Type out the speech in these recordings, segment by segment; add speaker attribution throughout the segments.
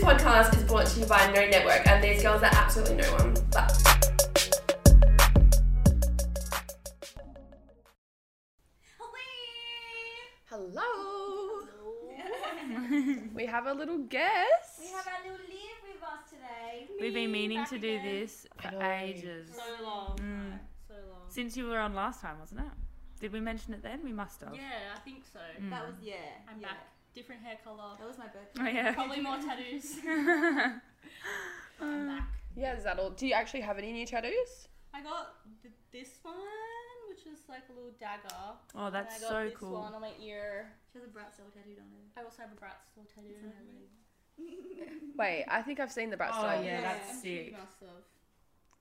Speaker 1: podcast is brought to you by No Network, and these girls are absolutely no one. But hello, we have a little guest.
Speaker 2: We have our little Liv with us today.
Speaker 3: We've been meaning
Speaker 2: Back
Speaker 3: to do
Speaker 2: again.
Speaker 3: this for
Speaker 1: know.
Speaker 3: ages.
Speaker 4: So long.
Speaker 3: Mm.
Speaker 4: So long.
Speaker 3: Since you were on last time, wasn't it? Did we mention it then? We must have.
Speaker 4: Yeah, I think so.
Speaker 3: Mm.
Speaker 2: That was yeah.
Speaker 4: I'm
Speaker 2: yeah.
Speaker 4: back. Different hair colour.
Speaker 2: That was my birthday.
Speaker 3: Oh, yeah.
Speaker 4: Probably more tattoos. I'm back.
Speaker 1: Yeah, is that all? Do you actually have any new tattoos?
Speaker 4: I got th- this one, which is like a little dagger.
Speaker 3: Oh,
Speaker 4: And
Speaker 3: that's
Speaker 4: I got
Speaker 3: so
Speaker 4: this
Speaker 3: cool.
Speaker 4: one on my ear.
Speaker 2: She has a bright cell tattooed on her.
Speaker 4: I also have a brat still tattoo.
Speaker 2: It's
Speaker 4: on
Speaker 2: on
Speaker 4: her
Speaker 2: her
Speaker 4: leg.
Speaker 1: Wait, I think I've seen the brat
Speaker 3: Oh,
Speaker 1: style.
Speaker 3: yeah,
Speaker 4: I'm
Speaker 3: that's
Speaker 4: sure you
Speaker 3: sick.
Speaker 4: must have.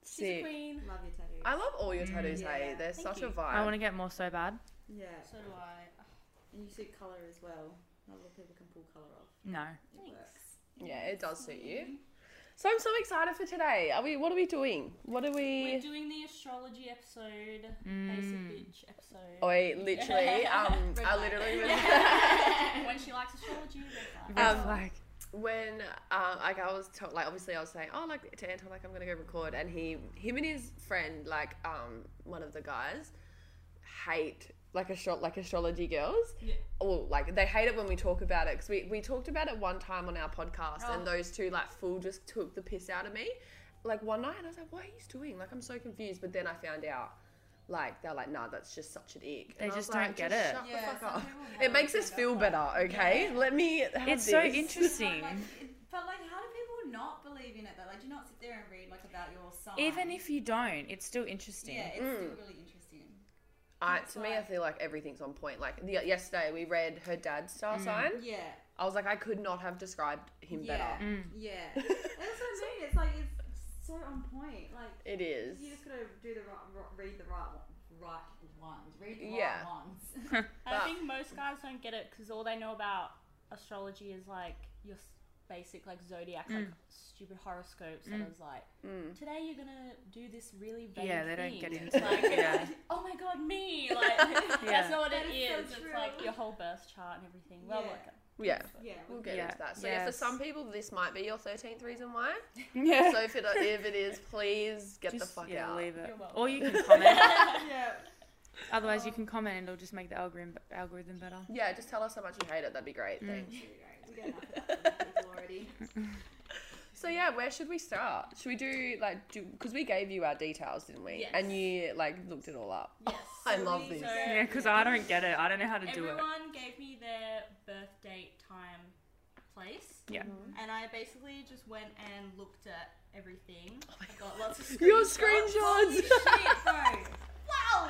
Speaker 4: She's a
Speaker 1: Sick.
Speaker 4: queen.
Speaker 2: Love your tattoo.
Speaker 1: I love all your
Speaker 3: Mm.
Speaker 1: tattoos, hey.
Speaker 2: Yeah.
Speaker 1: They're
Speaker 4: Thank
Speaker 1: such a
Speaker 4: you.
Speaker 1: vibe.
Speaker 3: I want to get more so bad.
Speaker 2: yeah.
Speaker 4: So do I.
Speaker 2: And you suit color as well. Not a lot of people can pull color off.
Speaker 3: No.
Speaker 2: It
Speaker 4: Thanks.
Speaker 2: works.
Speaker 1: Yeah, it does suit you. So I'm so excited for today. Are we? What are we doing? What are
Speaker 4: We're
Speaker 1: we?
Speaker 4: doing the astrology episode, basic
Speaker 3: Mm.
Speaker 4: bitch episode.
Speaker 1: Oh, wait, literally. Um,
Speaker 2: Red
Speaker 1: I
Speaker 2: light.
Speaker 1: literally was
Speaker 4: when she likes astrology, red flag.
Speaker 3: Red
Speaker 1: Um,
Speaker 3: flag.
Speaker 1: when um, like I was told, like obviously I was saying, oh, like to Anton, like I'm gonna go record, and he, him and his friend, like um, one of the guys, hate like astro- like astrology girls.
Speaker 4: Yeah.
Speaker 1: Well, like they hate it when we talk about it because we, we talked about it one time on our podcast,
Speaker 4: Oh.
Speaker 1: and those two like full just took the piss out of me. Like one night, I was like, "What are you doing?" Like I'm so confused. But then I found out, like they're like, "Nah, that's just such an ick."
Speaker 3: They
Speaker 1: And I was
Speaker 3: just don't
Speaker 1: like,
Speaker 3: get
Speaker 1: "Just
Speaker 3: it."
Speaker 1: shut the
Speaker 2: Yeah,
Speaker 1: fuck
Speaker 2: some
Speaker 1: up."
Speaker 2: people
Speaker 1: It
Speaker 2: don't
Speaker 1: makes
Speaker 2: get
Speaker 1: us
Speaker 2: it.
Speaker 1: feel better, okay?
Speaker 4: Yeah.
Speaker 1: Let me. Have
Speaker 3: It's so
Speaker 1: this.
Speaker 3: interesting.
Speaker 2: Like, it- but like, how do people not believe in it though? Like, do you not sit there and read like about your sign?
Speaker 3: Even if you don't, it's still interesting.
Speaker 2: yeah, it's
Speaker 1: Mm.
Speaker 2: still really interesting.
Speaker 1: I,
Speaker 4: It's
Speaker 1: to me, I
Speaker 4: like-
Speaker 1: feel like everything's on point. Like the, yesterday, we read her dad's star
Speaker 3: Mm.
Speaker 1: sign.
Speaker 2: Yeah.
Speaker 1: I was like, I could not have described him
Speaker 2: yeah.
Speaker 3: Mm.
Speaker 2: Yeah.
Speaker 1: better.
Speaker 2: That's what I mean. It's like it's so on point. Like
Speaker 1: it is.
Speaker 2: you just gotta do the right, ro- read the right one, right ones. Read the
Speaker 1: Yeah.
Speaker 2: right ones.
Speaker 4: I
Speaker 1: But-
Speaker 4: think most guys don't get it because all they know about astrology is like your s- basic like zodiac,
Speaker 3: Mm.
Speaker 4: like stupid horoscopes, and it's like
Speaker 1: Mm.
Speaker 4: today you're gonna do this really vague
Speaker 3: Yeah, they don't
Speaker 4: thing."
Speaker 3: get
Speaker 4: It's
Speaker 3: into
Speaker 4: like,
Speaker 3: it. Yeah.
Speaker 4: Oh my god, me! Like
Speaker 3: Yeah.
Speaker 4: that's not what
Speaker 2: That
Speaker 4: it
Speaker 2: is so
Speaker 4: is.
Speaker 2: true.
Speaker 4: it's like your whole birth chart and everything. Well,
Speaker 2: Yeah.
Speaker 4: look,
Speaker 1: Yeah,
Speaker 2: Yeah.
Speaker 1: we'll get
Speaker 3: Yeah.
Speaker 1: into that. So yeah, for
Speaker 3: Yes.
Speaker 1: some people, this might be your thirteenth reason why.
Speaker 3: Yeah.
Speaker 1: so if it if it is, please get the
Speaker 3: Just,
Speaker 1: fuck
Speaker 3: yeah,
Speaker 1: out.
Speaker 3: leave it.
Speaker 4: You're welcome.
Speaker 3: Or you can comment.
Speaker 2: yeah.
Speaker 3: Otherwise, you can comment and it'll just make the algorithm algorithm better.
Speaker 1: Yeah, just tell us how much you hate it. That'd be
Speaker 3: Mm.
Speaker 1: great. Thanks.
Speaker 2: Here we go. We got enough of that from people already.
Speaker 1: So yeah, where should we start? Should we do like do because we gave you our details, didn't we?
Speaker 4: Yes.
Speaker 1: And you like looked it all up.
Speaker 4: yes.
Speaker 1: I love this.
Speaker 2: we-
Speaker 4: so-
Speaker 3: Yeah, because I don't get it. I don't know how to do it.
Speaker 4: Everyone gave me their birth date, time, place.
Speaker 3: Yeah.
Speaker 4: And I basically just went and looked at everything.
Speaker 1: my
Speaker 4: I got lots of screenshots.
Speaker 1: Your screenshots.
Speaker 2: Holy shit, bro.
Speaker 4: Wow!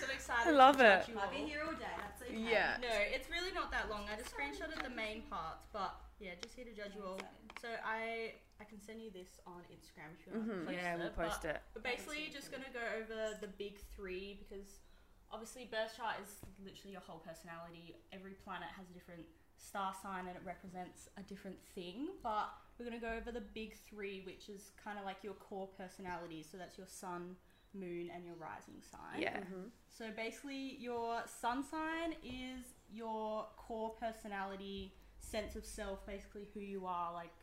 Speaker 4: So excited.
Speaker 3: I love
Speaker 4: to touch
Speaker 3: it.
Speaker 4: you
Speaker 2: I'll be
Speaker 4: all.
Speaker 2: here all day. That's okay.
Speaker 1: Yeah.
Speaker 4: No, it's really not that long. I just screenshotted the main parts, but yeah, just here to judge you all. So I I can send you this on Instagram if you want to post
Speaker 3: Yeah,
Speaker 4: it.
Speaker 3: we'll post
Speaker 4: but
Speaker 3: it.
Speaker 4: We're basically just gonna go over the big three because obviously birth chart is literally your whole personality. Every planet has a different star sign and it represents a different thing, but we're gonna go over the big three, which is kind of like your core personality. So that's your sun, moon, and your rising sign.
Speaker 3: Yeah.
Speaker 1: Mm-hmm.
Speaker 4: So basically, your sun sign is your core personality, sense of self, basically who you are. Like,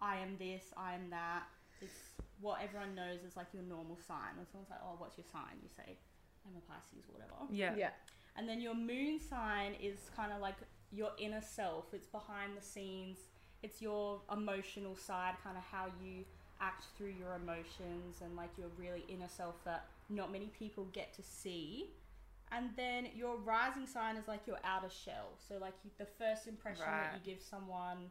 Speaker 4: I am this, I am that. It's what everyone knows is like your normal sign. When someone's like, oh, what's your sign? You say, I'm a Pisces, whatever.
Speaker 3: Yeah.
Speaker 1: Yeah.
Speaker 4: And then your moon sign is kind of like your inner self. It's behind the scenes. It's your emotional side, kind of how you act through your emotions and like your really inner self that not many people get to see. And then your rising sign is like your outer shell. So like you, the first impression
Speaker 3: Right.
Speaker 4: that you give someone,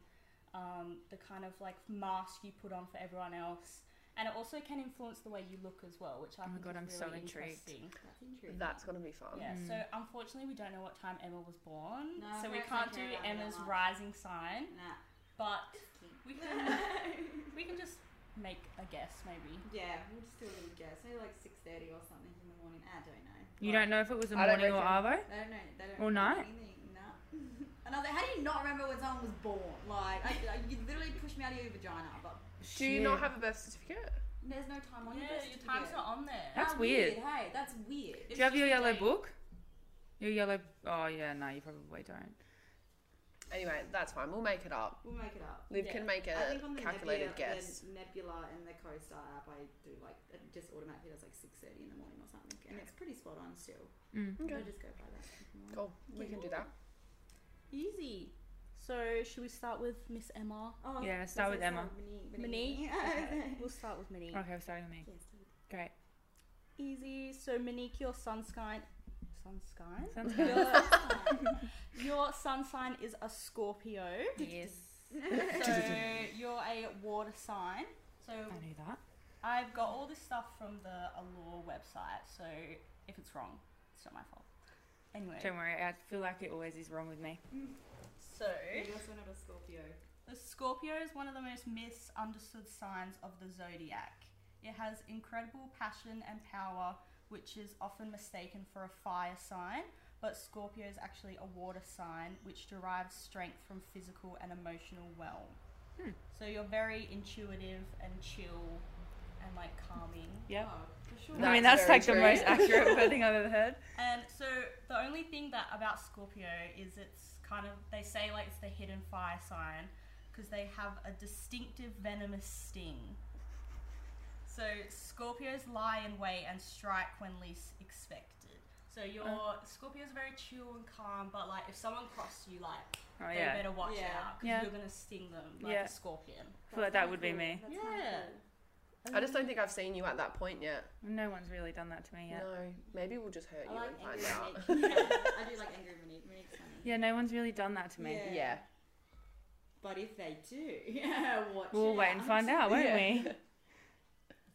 Speaker 4: um, the kind of like mask you put on for everyone else. And it also can influence the way you look as well, which I
Speaker 3: Oh my
Speaker 4: think
Speaker 3: God,
Speaker 4: is
Speaker 3: I'm so
Speaker 4: really
Speaker 3: intrigued.
Speaker 4: interesting.
Speaker 2: That's intriguing.
Speaker 1: That's gonna be fun.
Speaker 4: Yeah, so unfortunately, we don't know what time Emma was born,
Speaker 2: No,
Speaker 4: so we
Speaker 2: parents don't
Speaker 4: can't do
Speaker 2: care about
Speaker 4: Emma's
Speaker 2: Emma.
Speaker 4: rising sign,
Speaker 2: Nah.
Speaker 4: but we can we can just make a guess maybe.
Speaker 2: yeah, we'll just do a little guess. Maybe like six thirty or something in the morning. I don't know.
Speaker 3: You don't know if it was a
Speaker 1: I don't
Speaker 3: morning or arvo.
Speaker 2: They don't know. They don't
Speaker 3: All
Speaker 2: know
Speaker 3: night?
Speaker 2: anything. No. and I was like, how do you not remember when someone was born? Like, I, I, you literally pushed me out of your vagina, but
Speaker 1: Do you not have a birth certificate?
Speaker 2: there's no time on your
Speaker 4: Yeah,
Speaker 2: birth
Speaker 4: your time's
Speaker 2: certificate.
Speaker 4: not on there.
Speaker 3: That's
Speaker 2: How
Speaker 3: weird.
Speaker 2: Hey, that's weird.
Speaker 3: Do you have your
Speaker 4: just a
Speaker 3: yellow
Speaker 4: date.
Speaker 3: book? Your yellow. Oh yeah, no, you probably don't.
Speaker 1: Anyway, that's fine. We'll make it up.
Speaker 2: We'll make it up.
Speaker 1: Liv
Speaker 4: Yeah.
Speaker 1: can make
Speaker 2: I
Speaker 1: a
Speaker 2: think on the
Speaker 1: calculated
Speaker 2: Nebula,
Speaker 1: guess.
Speaker 2: The Nebula and the CoStar app, I do like it just automatically does like six thirty in the morning or something, and it's pretty spot on still.
Speaker 3: Mm.
Speaker 1: Okay.
Speaker 2: I just go by that. in the morning.
Speaker 1: Cool. We can do that.
Speaker 4: Easy. So should we start with Miss Emma?
Speaker 2: Oh,
Speaker 3: Yeah,
Speaker 2: that's
Speaker 3: start
Speaker 2: it,
Speaker 3: with Emma.
Speaker 2: Minnie.
Speaker 4: Okay, we'll start with Minnie.
Speaker 3: Okay, we're starting with me.
Speaker 2: Yes, do it.
Speaker 3: Great.
Speaker 4: Easy. So Monique, your sun sign, sun sign.
Speaker 3: Sounds good.
Speaker 4: Your, your sun sign is a Scorpio.
Speaker 3: yes.
Speaker 4: So you're a water sign. So
Speaker 3: I knew that.
Speaker 4: I've got all this stuff from the Allure website. So if it's wrong, it's not my fault. Anyway,
Speaker 3: Don't worry, I feel like it always is wrong with me.
Speaker 4: so
Speaker 2: You're also not a Scorpio.
Speaker 4: The Scorpio is one of the most misunderstood signs of the zodiac. It has incredible passion and power, which is often mistaken for a fire sign, but Scorpio is actually a water sign, which derives strength from physical and emotional well. So you're very intuitive and chill and like calming.
Speaker 3: Yep.
Speaker 2: Oh, for sure.
Speaker 3: I mean,
Speaker 1: That's
Speaker 3: that's
Speaker 1: very
Speaker 3: like the
Speaker 1: true.
Speaker 3: most accurate wording I've ever heard.
Speaker 4: And so the only thing that about Scorpio is it's kind of they say like it's the hidden fire sign because they have a distinctive venomous sting. So Scorpios lie in wait and strike when least expected. So your Scorpio's very chill and calm, but like if someone crosses you, like
Speaker 3: Oh,
Speaker 4: they
Speaker 3: yeah.
Speaker 4: better watch
Speaker 2: Yeah.
Speaker 4: out because
Speaker 3: Yeah.
Speaker 4: you're gonna sting them like
Speaker 3: Yeah.
Speaker 4: a scorpion.
Speaker 3: I feel like that would be me.
Speaker 2: That's kinda
Speaker 4: Yeah.
Speaker 2: cool.
Speaker 1: I just don't think I've seen you at that point yet.
Speaker 3: No one's really done that to me yet.
Speaker 1: No. Maybe we'll just hurt
Speaker 2: I
Speaker 1: you
Speaker 2: like
Speaker 1: and find
Speaker 2: angry
Speaker 1: out.
Speaker 2: Monique. Yeah, I do like angry Monique. Monique's funny.
Speaker 3: Yeah, no one's really done that to me.
Speaker 2: Yeah.
Speaker 1: Yeah.
Speaker 2: But if they do, yeah, watch
Speaker 3: We'll
Speaker 2: it
Speaker 3: wait and find out, won't
Speaker 1: Yeah.
Speaker 3: we?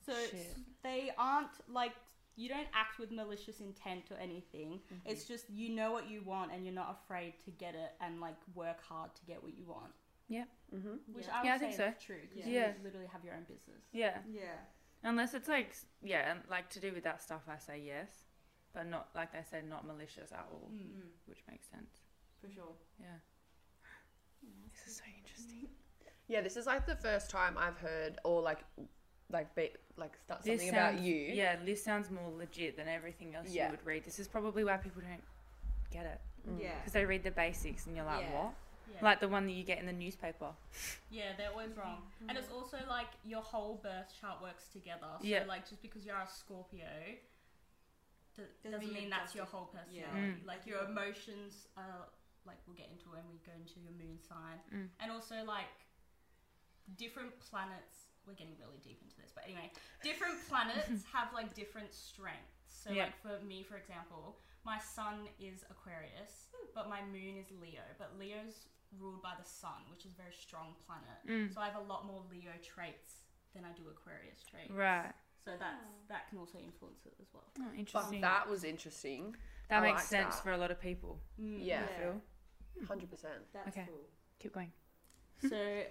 Speaker 4: So
Speaker 3: Shit.
Speaker 4: it's- they aren't like you don't act with malicious intent or anything.
Speaker 3: Mm-hmm.
Speaker 4: It's just you know what you want and you're not afraid to get it and like work hard to get what you want.
Speaker 3: Yeah.
Speaker 1: Mm-hmm.
Speaker 4: Which
Speaker 2: Yeah.
Speaker 4: I would
Speaker 3: Yeah, I
Speaker 4: say
Speaker 3: think
Speaker 4: is true because
Speaker 3: Yeah.
Speaker 4: you literally have your own business.
Speaker 3: Yeah.
Speaker 2: Yeah.
Speaker 3: Unless it's like, s- yeah, and like to do with that stuff, I say yes. But not, like I said, not malicious at all,
Speaker 4: Mm.
Speaker 2: Mm,
Speaker 3: which makes sense.
Speaker 2: for sure.
Speaker 3: Yeah. This is so interesting.
Speaker 1: Yeah, this is like the first time I've heard or like like be, like start something
Speaker 3: This
Speaker 1: about
Speaker 3: sounds-
Speaker 1: you.
Speaker 3: Yeah, this sounds more legit than everything else
Speaker 1: Yeah.
Speaker 3: you would read. This is probably why people don't get it.
Speaker 2: Yeah.
Speaker 3: Because they read the basics and you're like,
Speaker 2: Yeah.
Speaker 3: what?
Speaker 4: Yeah.
Speaker 3: Like the one that you get in the newspaper.
Speaker 4: yeah, they're always
Speaker 2: Mm-hmm.
Speaker 4: wrong. And it's also like your whole birth chart works together. So
Speaker 3: Yeah.
Speaker 4: like just because you're a Scorpio do-
Speaker 2: Doesn't
Speaker 4: doesn't
Speaker 2: mean
Speaker 4: mean
Speaker 2: it
Speaker 4: that's
Speaker 2: does
Speaker 4: your
Speaker 2: it.
Speaker 4: whole
Speaker 2: Yeah.
Speaker 4: personality.
Speaker 3: Mm.
Speaker 4: Like your emotions are like we'll get into when we go into your moon sign.
Speaker 3: Mm.
Speaker 4: and also like different planets we're getting really deep into this but anyway different planets have like different strengths so
Speaker 3: Yeah.
Speaker 4: like for me for example my sun is aquarius
Speaker 3: Hmm.
Speaker 4: but my moon is leo but leo's ruled by the sun which is a very strong planet
Speaker 3: Mm.
Speaker 4: so i have a lot more leo traits than i do aquarius traits
Speaker 3: Right. Ah.
Speaker 4: so that's that can also influence it as well
Speaker 3: Oh,
Speaker 1: Fuck,
Speaker 3: interesting. That,
Speaker 1: that was interesting. I
Speaker 3: makes
Speaker 1: like
Speaker 3: sense
Speaker 1: that.
Speaker 3: for a lot of people.
Speaker 4: Mm.
Speaker 1: Yeah.
Speaker 3: I feel.
Speaker 1: Hundred percent.
Speaker 2: That's
Speaker 3: Okay.
Speaker 2: cool.
Speaker 3: Keep going.
Speaker 4: Mm. So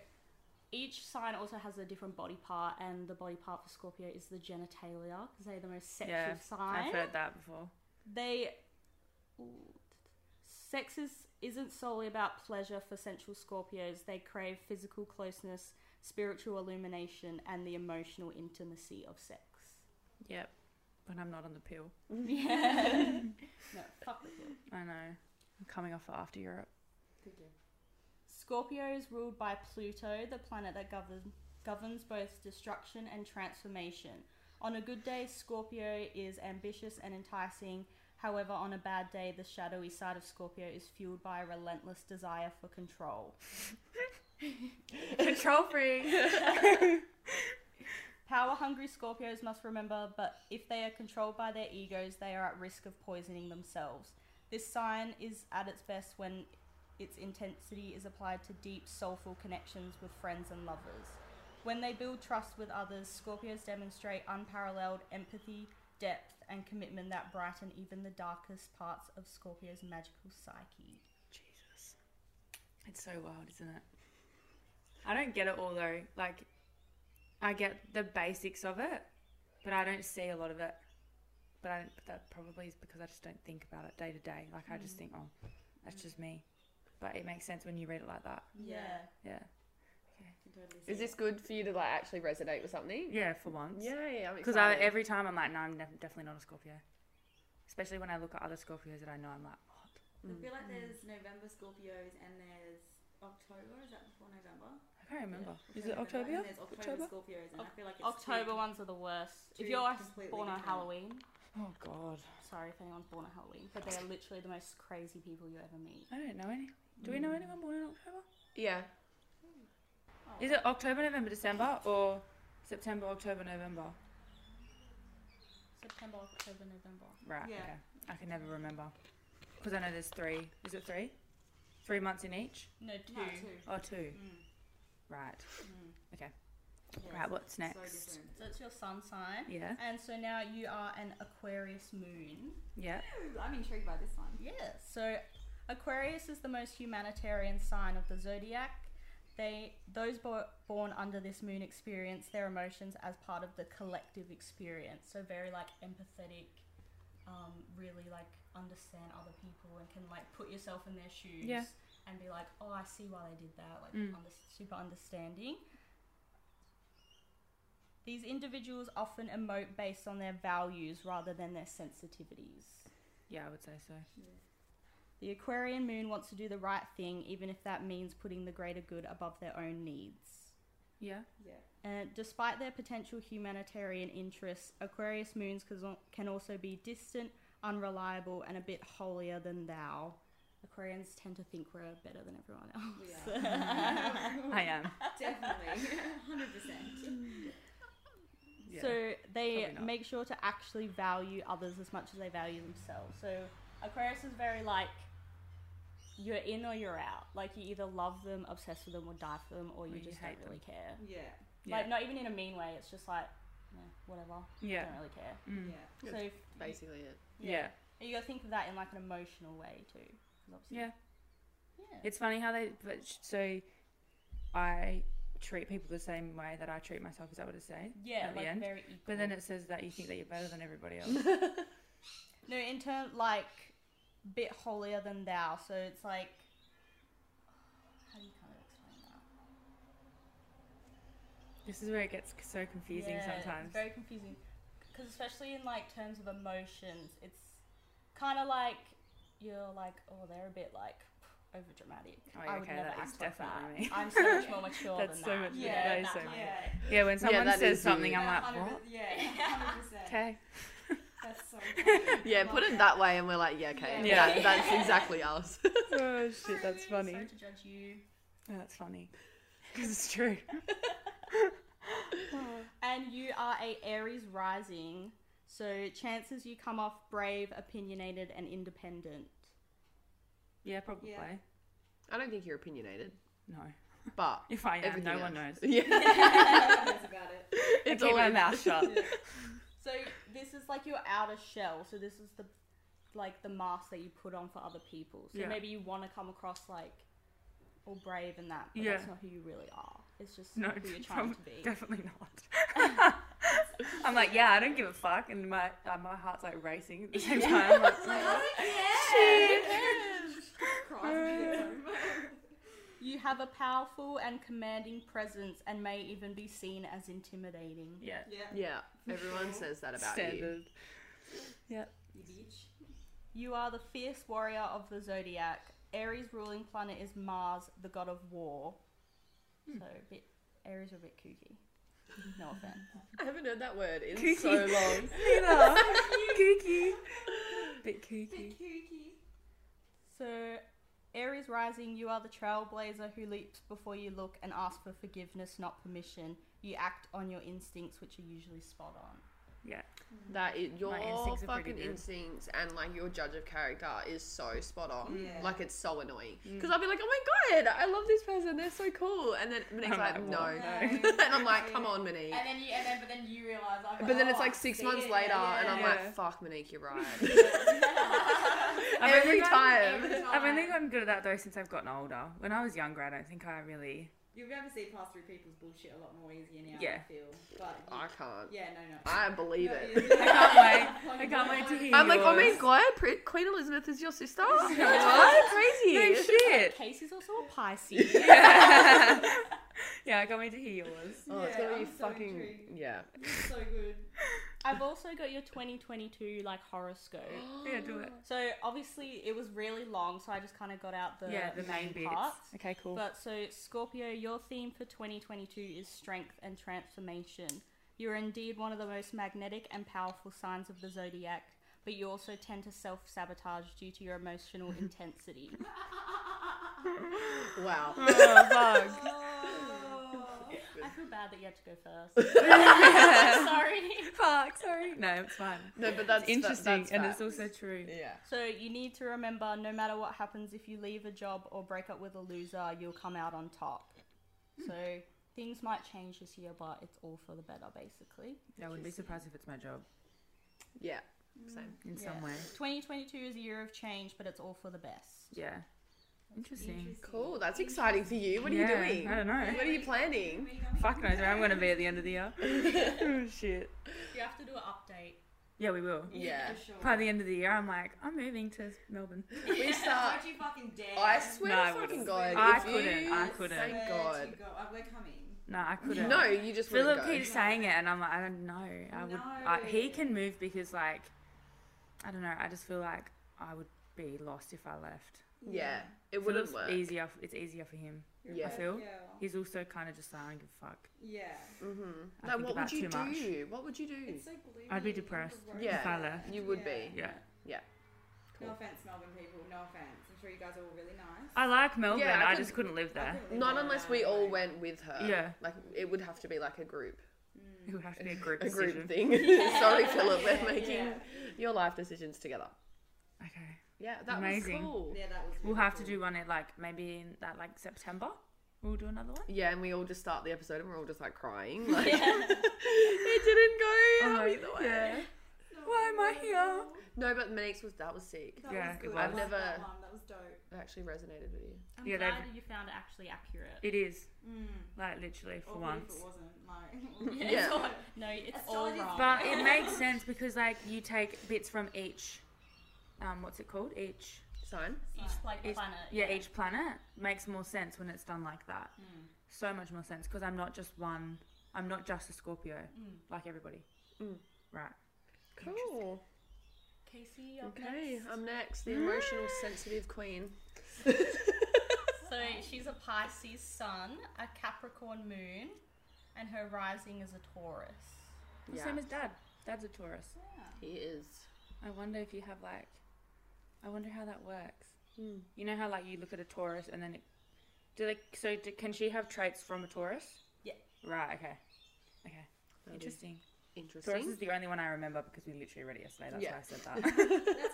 Speaker 4: each sign also has a different body part, and the body part for Scorpio is the genitalia because they're the most sexual
Speaker 3: Yeah,
Speaker 4: sign.
Speaker 3: I've heard that before.
Speaker 4: They. Ooh. Sex is, isn't solely about pleasure for sensual Scorpios. They crave physical closeness, spiritual illumination, and the emotional intimacy of sex.
Speaker 3: Yep. When I'm not on the pill.
Speaker 4: Yeah. no, fuck the pill.
Speaker 3: I know. I'm coming off it after Europe.
Speaker 2: Good job.
Speaker 4: Scorpio is ruled by Pluto, the planet that governs governs both destruction and transformation. On a good day, Scorpio is ambitious and enticing. However, on a bad day, the shadowy side of Scorpio is fueled by a relentless desire for control.
Speaker 3: Control freak.
Speaker 4: Power hungry Scorpios must remember, but if they are controlled by their egos, they are at risk of poisoning themselves. This sign is at its best when its intensity is applied to deep, soulful connections with friends and lovers. When they build trust with others, Scorpios demonstrate unparalleled empathy, depth, and commitment that brighten even the darkest parts of Scorpio's magical psyche.
Speaker 3: Jesus. It's so wild, isn't it? I don't get it all though. Like, I get the basics of it, but I don't see a lot of it. But I, but that probably is because I just don't think about it day to day. Like, I just think, oh, that's just me. But it makes sense when you read it like that.
Speaker 2: Yeah.
Speaker 3: Yeah.
Speaker 2: Can totally see
Speaker 1: Is this good for you to like actually resonate with something?
Speaker 3: Yeah, for once.
Speaker 1: Yay, I'm
Speaker 3: Because I,
Speaker 1: excited.
Speaker 3: every time I'm like, no, I'm def- definitely not a Scorpio. Especially when I look at other Scorpios that I know, I'm like, what?
Speaker 2: I feel like there's November Scorpios and there's October? Is that before November?
Speaker 3: I can't remember.
Speaker 2: Yeah,
Speaker 3: Is it October?
Speaker 2: And there's October,
Speaker 3: October?
Speaker 2: Scorpios, and I feel like it's
Speaker 4: October
Speaker 2: two-
Speaker 4: ones are the worst.
Speaker 2: two
Speaker 4: If you're
Speaker 2: completely
Speaker 4: born on
Speaker 2: different-
Speaker 4: Halloween,
Speaker 3: Oh god,
Speaker 4: sorry if anyone's born on Halloween, but they are literally the most crazy people you ever meet.
Speaker 3: I don't know any. Do we know anyone born in October?
Speaker 1: Yeah.
Speaker 2: Oh,
Speaker 3: Is it October, November, December, or September, October, November?
Speaker 4: September, October, November.
Speaker 3: Right.
Speaker 2: Yeah.
Speaker 3: Okay. I can never remember because I know there's three. Is it three? Three months in each
Speaker 4: No, two.
Speaker 2: No, two.
Speaker 3: or two?
Speaker 2: Mm,
Speaker 3: Right.
Speaker 2: mm.
Speaker 3: Okay.
Speaker 2: Yeah,
Speaker 3: Right.
Speaker 2: so-
Speaker 3: What's next?
Speaker 2: So different.
Speaker 4: So it's your sun sign.
Speaker 3: yeah.
Speaker 4: And so now you are an Aquarius moon.
Speaker 3: Yeah.
Speaker 2: Ooh, I'm intrigued by this one.
Speaker 4: Yeah. So Aquarius is the most humanitarian sign of the zodiac. They those bo- born under this moon experience their emotions as part of the collective experience. So very like empathetic, um, really like understand other people and can like put yourself in their shoes
Speaker 3: Yeah.
Speaker 4: and be like, oh, I see why they did that. Like
Speaker 3: Mm.
Speaker 4: under- super understanding. These individuals often emote based on their values rather than their sensitivities.
Speaker 3: Yeah. I would say so.
Speaker 4: The Aquarian moon wants to do the right thing, even if that means putting the greater good above their own needs.
Speaker 3: Yeah.
Speaker 2: Yeah.
Speaker 4: And despite their potential humanitarian interests, Aquarius moons cas- can also be distant, unreliable, and a bit holier than thou. Aquarians tend to think we're better than everyone else.
Speaker 2: We are.
Speaker 3: I am.
Speaker 2: Definitely. 100%.
Speaker 3: Mm. Yeah.
Speaker 4: So they
Speaker 3: Probably not.
Speaker 4: make sure to actually value others as much as they value themselves. So Aquarius is very like you're in or you're out. Like you either love them, obsess with them, or die for them, or you
Speaker 3: Or you
Speaker 4: just
Speaker 3: hate
Speaker 4: don't really care.
Speaker 2: Yeah.
Speaker 3: yeah.
Speaker 4: Like not even in a mean way. It's just like eh, whatever.
Speaker 3: yeah.
Speaker 4: Don't really care.
Speaker 3: Mm.
Speaker 2: Yeah.
Speaker 1: Yeah.
Speaker 4: So if,
Speaker 1: Basically it.
Speaker 3: yeah.
Speaker 4: you gotta think of that in like an emotional way too. 'cause obviously-
Speaker 3: Yeah.
Speaker 4: Yeah.
Speaker 3: It's funny how they. But sh- so, I treat people the same way that I treat myself. Is that what it say?
Speaker 4: yeah,
Speaker 3: At the
Speaker 4: like
Speaker 3: end.
Speaker 4: very equal.
Speaker 3: But then it says that you think that you're better than everybody else.
Speaker 4: No, in terms like bit holier than thou. So it's like how do you kind of explain that?
Speaker 3: this is where it gets so confusing
Speaker 4: Yeah,
Speaker 3: sometimes.
Speaker 4: It's very confusing because especially in like terms of emotions, it's kind of like you're like, oh, they're a bit like over dramatic.
Speaker 3: Oh, yeah,
Speaker 4: I would
Speaker 3: okay,
Speaker 4: never
Speaker 3: that is
Speaker 4: act like
Speaker 3: definitely
Speaker 4: that.
Speaker 3: me.
Speaker 4: I'm so much more mature
Speaker 3: That's
Speaker 4: than
Speaker 3: so
Speaker 4: that.
Speaker 3: much- Yeah, that is so
Speaker 4: kind of
Speaker 2: yeah.
Speaker 4: thing.
Speaker 3: yeah. When someone
Speaker 1: that
Speaker 3: says
Speaker 1: is you.
Speaker 3: something, I'm like,
Speaker 2: Hundred-
Speaker 3: what?
Speaker 2: Yeah, 100%.
Speaker 3: Okay.
Speaker 2: That's so funny.
Speaker 1: Yeah, put it that way and we're like, yeah, okay.
Speaker 2: Yeah.
Speaker 1: That, that's exactly us.
Speaker 3: oh shit, that's
Speaker 4: Sorry,
Speaker 3: funny.
Speaker 4: Sorry to judge you.
Speaker 3: That's funny. Because it's true.
Speaker 4: And you are a Aries rising, so chances you come off brave, opinionated, and independent.
Speaker 3: Yeah, probably.
Speaker 2: Yeah.
Speaker 1: I don't think you're opinionated,
Speaker 3: No.
Speaker 1: but
Speaker 3: If I am,
Speaker 1: everything
Speaker 3: no one knows.
Speaker 1: else. Yeah.
Speaker 2: That's about it.
Speaker 1: it's
Speaker 3: I keep
Speaker 1: all
Speaker 3: my
Speaker 1: in-
Speaker 3: mouth shut.
Speaker 4: So this is like your outer shell. So this is the like the mask that you put on for other people. So
Speaker 3: Yeah.
Speaker 4: maybe you want to come across like all brave and that, but
Speaker 3: Yeah.
Speaker 4: that's not who you really are. It's just
Speaker 3: No,
Speaker 4: who you're trying to
Speaker 3: prob-
Speaker 4: be.
Speaker 3: definitely not. I'm like, yeah, I don't give a fuck, and my uh, my heart's like racing at the same time. I'm like,
Speaker 2: Like,
Speaker 3: "Oh."
Speaker 2: I don't care. Crosby.
Speaker 4: You have a powerful and commanding presence and may even be seen as intimidating.
Speaker 3: yeah,
Speaker 2: yeah.
Speaker 1: Yeah, everyone says that about you.
Speaker 3: standard.
Speaker 2: You beach.
Speaker 4: You are the fierce warrior of the zodiac. Aries' ruling planet is Mars, the god of war.
Speaker 3: Hmm.
Speaker 4: So a bit Aries are a bit kooky. No offense.
Speaker 1: I haven't heard that word in
Speaker 3: Kooky.
Speaker 1: so long.
Speaker 3: Neither. kooky, bit kooky.
Speaker 2: Bit kooky.
Speaker 4: So, Aries rising, you are the trailblazer who leaps before you look and asks for forgiveness, not permission. You act on your instincts, which are usually spot on.
Speaker 3: Yeah,
Speaker 1: That i your
Speaker 3: instincts are pretty
Speaker 1: fucking
Speaker 3: good.
Speaker 1: instincts and like your judge of character is so spot on.
Speaker 2: Yeah.
Speaker 1: Like it's so annoying
Speaker 3: Mm.
Speaker 1: because I'll be like, oh my god, I love this person, they're so cool, and then Monique's
Speaker 3: I'm
Speaker 1: like,
Speaker 3: like,
Speaker 1: no,
Speaker 3: what?
Speaker 2: No.
Speaker 1: and I'm like, come on, Monique.
Speaker 2: And then you, and then, but then you realize. I'm
Speaker 1: But then
Speaker 2: oh,
Speaker 1: it's like
Speaker 2: I
Speaker 1: six
Speaker 2: see
Speaker 1: months
Speaker 2: it.
Speaker 1: later,
Speaker 2: Yeah.
Speaker 1: and I'm
Speaker 3: Yeah.
Speaker 1: like, fuck, Monique, you're right.
Speaker 3: I've
Speaker 1: Every
Speaker 3: only gotten-
Speaker 1: time.
Speaker 2: Every
Speaker 3: I've only
Speaker 2: time.
Speaker 3: gotten good at that though since I've gotten older. When I was younger, I don't think I really.
Speaker 2: You'll be able to see past through people's bullshit a lot more easier now.
Speaker 3: Yeah.
Speaker 2: I feel. But you,
Speaker 1: I can't.
Speaker 2: yeah, no, no.
Speaker 1: I believe
Speaker 2: No,
Speaker 1: it.
Speaker 2: you-
Speaker 3: I can't wait. I can't wait to hear.
Speaker 1: I'm like, oh my
Speaker 3: yours."
Speaker 1: god, Pri- Queen Elizabeth is your sister? what? Crazy.
Speaker 3: No shit.
Speaker 4: Casey's also a Pisces.
Speaker 3: yeah, Yeah, I can't wait to hear yours.
Speaker 1: Oh, it's
Speaker 2: Yeah,
Speaker 1: gonna be
Speaker 2: I'm so
Speaker 1: fucking
Speaker 2: intrigued.
Speaker 1: yeah.
Speaker 2: so good.
Speaker 4: I've also got your 2022 like horoscope.
Speaker 3: Yeah, do it.
Speaker 4: So obviously it was really long, so I just kind of got out the
Speaker 3: yeah, the main bits.
Speaker 4: parts.
Speaker 3: Okay, cool.
Speaker 4: But so, Scorpio, your theme for 2022 is strength and transformation. You are indeed one of the most magnetic and powerful signs of the zodiac, but you also tend to self sabotage due to your emotional intensity.
Speaker 1: Wow.
Speaker 3: oh, fuck.
Speaker 4: I feel bad that you had to go first. Sorry.
Speaker 3: fuck, sorry. No, it's fine.
Speaker 1: No, but that's
Speaker 3: It's interesting,
Speaker 1: that, that's
Speaker 3: and
Speaker 1: fact.
Speaker 3: it's also true.
Speaker 1: yeah.
Speaker 4: So, you need to remember no matter what happens, if you leave a job or break up with a loser, you'll come out on top. So, things might change this year, but it's all for the better, basically.
Speaker 3: I wouldn't be surprised if it's my job
Speaker 1: Yeah. Same.
Speaker 3: in
Speaker 4: Yeah.
Speaker 3: some way.
Speaker 4: 2022 is a year of change, but it's all for the best.
Speaker 3: Yeah. Interesting.
Speaker 1: Cool. That's exciting for you. What are
Speaker 3: Yeah,
Speaker 1: you doing?
Speaker 3: I don't know.
Speaker 1: What are you planning?
Speaker 3: Fuck knows where I'm going to be at the end of the year. oh, shit.
Speaker 4: You have to do an update.
Speaker 3: Yeah, we will.
Speaker 1: Yeah.
Speaker 2: For sure.
Speaker 3: By the end of the year, I'm like, I'm moving to Melbourne.
Speaker 1: We start.
Speaker 2: Don't you fucking dare.
Speaker 1: I swear
Speaker 3: No, I
Speaker 1: to fucking
Speaker 3: wouldn't.
Speaker 1: God.
Speaker 3: I
Speaker 1: if
Speaker 3: couldn't,
Speaker 1: You,
Speaker 3: I couldn't.
Speaker 1: Thank
Speaker 2: Where
Speaker 1: God.
Speaker 2: to go? Uh, we're coming.
Speaker 3: No, I couldn't.
Speaker 1: No, you just
Speaker 3: Philip
Speaker 1: wouldn't go.
Speaker 3: keeps saying it, and I'm like, I don't know. I would. I, he
Speaker 2: No.
Speaker 3: can move because, like, I don't know. I just feel like I would be lost if I left.
Speaker 1: Yeah. It wouldn't
Speaker 3: Philip's
Speaker 1: work.
Speaker 3: Easier. f- It's easier for him.
Speaker 2: You're
Speaker 1: Yeah.
Speaker 2: a bad
Speaker 3: Phil?
Speaker 2: girl.
Speaker 3: He's also kind of just like, I don't give a fuck.
Speaker 2: Yeah.
Speaker 1: Mm-hmm.
Speaker 3: I
Speaker 1: No,
Speaker 3: think
Speaker 1: what
Speaker 3: about
Speaker 1: would you
Speaker 3: too much.
Speaker 1: do? What would you do?
Speaker 2: It's so gloomy.
Speaker 3: I'd be depressed
Speaker 2: Gross.
Speaker 1: Yeah.
Speaker 3: if I left.
Speaker 1: You would
Speaker 2: Yeah.
Speaker 1: be.
Speaker 3: Yeah.
Speaker 2: No offense, Melbourne people. No offense. I'm sure you guys are all really nice.
Speaker 3: I like Melbourne.
Speaker 1: Yeah, I
Speaker 3: I,
Speaker 1: can-
Speaker 3: just couldn't live there.
Speaker 2: couldn't live
Speaker 1: Not
Speaker 2: there
Speaker 1: unless
Speaker 2: without
Speaker 1: we
Speaker 2: it,
Speaker 1: all
Speaker 2: like-
Speaker 1: went with her.
Speaker 3: Yeah.
Speaker 1: Like it would have to be like a group,
Speaker 3: It would have to be a group
Speaker 1: a
Speaker 3: decision.
Speaker 1: group thing. Sorry, Philip, we're making
Speaker 2: yeah.
Speaker 1: your life decisions together.
Speaker 3: Okay.
Speaker 1: Yeah, that
Speaker 3: Amazing.
Speaker 1: was cool.
Speaker 2: Yeah, that was.
Speaker 3: We'll
Speaker 2: really
Speaker 3: have to
Speaker 2: cool.
Speaker 3: do one in like maybe in that like September. We'll do another one.
Speaker 1: Yeah, and we all just start the episode and we're all just like crying. Like it didn't go how
Speaker 3: Oh,
Speaker 1: either way.
Speaker 3: yeah.
Speaker 2: No,
Speaker 3: Why am I
Speaker 2: no,
Speaker 3: here?
Speaker 2: no.
Speaker 1: No, but Manix was that was sick.
Speaker 2: That
Speaker 3: Yeah,
Speaker 2: was
Speaker 3: it
Speaker 2: good.
Speaker 3: was.
Speaker 2: I
Speaker 3: I've
Speaker 2: liked that
Speaker 1: never-
Speaker 2: one. That was dope.
Speaker 1: It actually resonated with you.
Speaker 4: I'm
Speaker 3: Yeah,
Speaker 4: glad
Speaker 3: they've-
Speaker 4: that you found it actually accurate.
Speaker 3: It is
Speaker 2: Mm.
Speaker 3: like literally for
Speaker 2: Or what
Speaker 3: once.
Speaker 2: If it wasn't, like,
Speaker 1: Yeah.
Speaker 2: it's all-
Speaker 4: no, it's all
Speaker 2: Astrology-
Speaker 4: wrong.
Speaker 3: But it makes sense because like you take bits from each, um, what's it called? Each
Speaker 1: Sign?
Speaker 4: each like
Speaker 3: each-
Speaker 4: planet.
Speaker 3: yeah, each planet makes more sense when it's done like that.
Speaker 2: Mm.
Speaker 3: So much more sense because I'm not just one. I'm not just a Scorpio
Speaker 4: Mm.
Speaker 3: like everybody.
Speaker 1: Mm.
Speaker 3: Right.
Speaker 1: Cool.
Speaker 4: Casey, you're
Speaker 1: Okay, um,
Speaker 4: next.
Speaker 1: I'm next. The emotional sensitive queen.
Speaker 4: So she's a Pisces sun, a Capricorn moon, and her rising is a Taurus.
Speaker 3: The
Speaker 1: Yeah.
Speaker 3: Same as Dad. Dad's a Taurus.
Speaker 2: Yeah.
Speaker 1: He is.
Speaker 3: I wonder if you have like, I wonder how that works.
Speaker 1: Mm.
Speaker 3: You know how like you look at a Taurus and then it, do they? So do, can she have traits from a Taurus?
Speaker 4: Yeah.
Speaker 3: Right. Okay. Okay.
Speaker 1: That'd be
Speaker 3: Interesting. Taurus
Speaker 1: Interesting.
Speaker 3: is the only one I remember because we literally read it yesterday. That's
Speaker 1: Yeah.
Speaker 3: why I said that.
Speaker 2: That's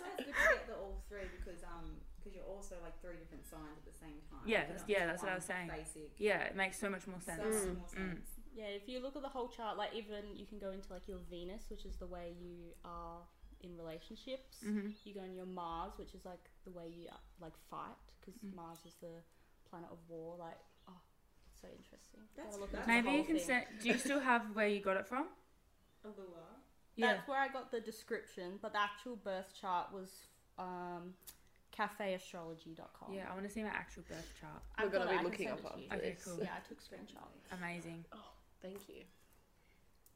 Speaker 2: why it's good to get the all three because um because you're also like three different signs at the same time.
Speaker 3: Yeah,
Speaker 2: You're
Speaker 3: that's-
Speaker 2: not
Speaker 3: yeah,
Speaker 2: just
Speaker 3: that's what I
Speaker 2: one
Speaker 3: was saying.
Speaker 2: Basic.
Speaker 3: yeah, it makes so much more sense.
Speaker 2: So much
Speaker 1: Mm.
Speaker 2: more
Speaker 3: Mm.
Speaker 2: sense.
Speaker 4: Yeah, if you look at the whole chart, like even you can go into like your Venus, which is the way you are in relationships.
Speaker 3: Mm-hmm.
Speaker 4: You go on your Mars, which is like the way you uh, like fight, because
Speaker 1: Mm-hmm.
Speaker 3: Mm.
Speaker 4: Mars is the planet of war. Like, oh, it's so interesting.
Speaker 2: That's-
Speaker 4: Gotta look
Speaker 2: that's
Speaker 4: into the
Speaker 3: Maybe you
Speaker 4: whole
Speaker 3: can
Speaker 4: thing.
Speaker 3: say. Do you still have where you got it from?
Speaker 2: Allure.
Speaker 4: That's where I got the description, but the actual birth chart was um, cafeastrology.com.
Speaker 3: Yeah, I want to see my actual birth chart.
Speaker 4: I've
Speaker 1: We're gonna
Speaker 4: got
Speaker 1: be
Speaker 4: it, I can
Speaker 1: looking
Speaker 4: send
Speaker 1: up
Speaker 4: it to you.
Speaker 1: after
Speaker 3: Okay,
Speaker 1: this. Oh,
Speaker 3: cool.
Speaker 4: Yeah, I took screenshots.
Speaker 3: Amazing.
Speaker 1: Thank you.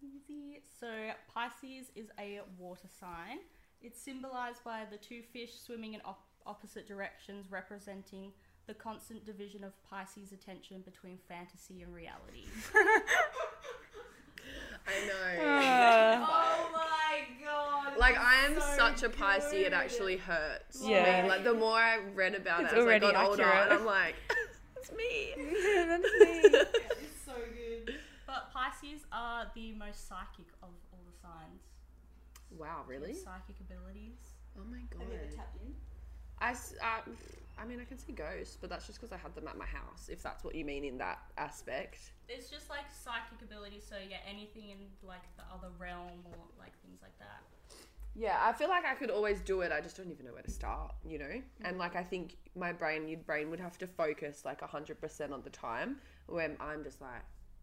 Speaker 4: Easy. So Pisces is a water sign. It's symbolized by the two fish swimming in op- opposite directions, representing the constant division of Pisces' attention between fantasy and reality.
Speaker 1: I know. Ah,
Speaker 2: Oh my god.
Speaker 1: Like I am such a Pisces, it actually hurts.
Speaker 3: Yeah.
Speaker 1: Me. Like the more I read about
Speaker 3: It's
Speaker 1: it as I
Speaker 3: already
Speaker 1: got older,
Speaker 3: accurate.
Speaker 1: and I'm like, it's me.
Speaker 2: It's so good.
Speaker 4: but Pisces are the most psychic of all the signs.
Speaker 1: Wow, really?
Speaker 4: Psychic abilities.
Speaker 1: Oh my god.
Speaker 2: Have you ever tapped in?
Speaker 1: I, s- uh, I mean, I can see ghosts, but that's just because I had them at my house. If that's what you mean in that aspect.
Speaker 4: It's just like psychic abilities, so yeah, anything in like the other realm or like things like that.
Speaker 1: Yeah, I feel like I could always do it. I just don't even know where to start, you know? And like, I think my brain, your brain would have to focus like 100% on the time when I'm just like,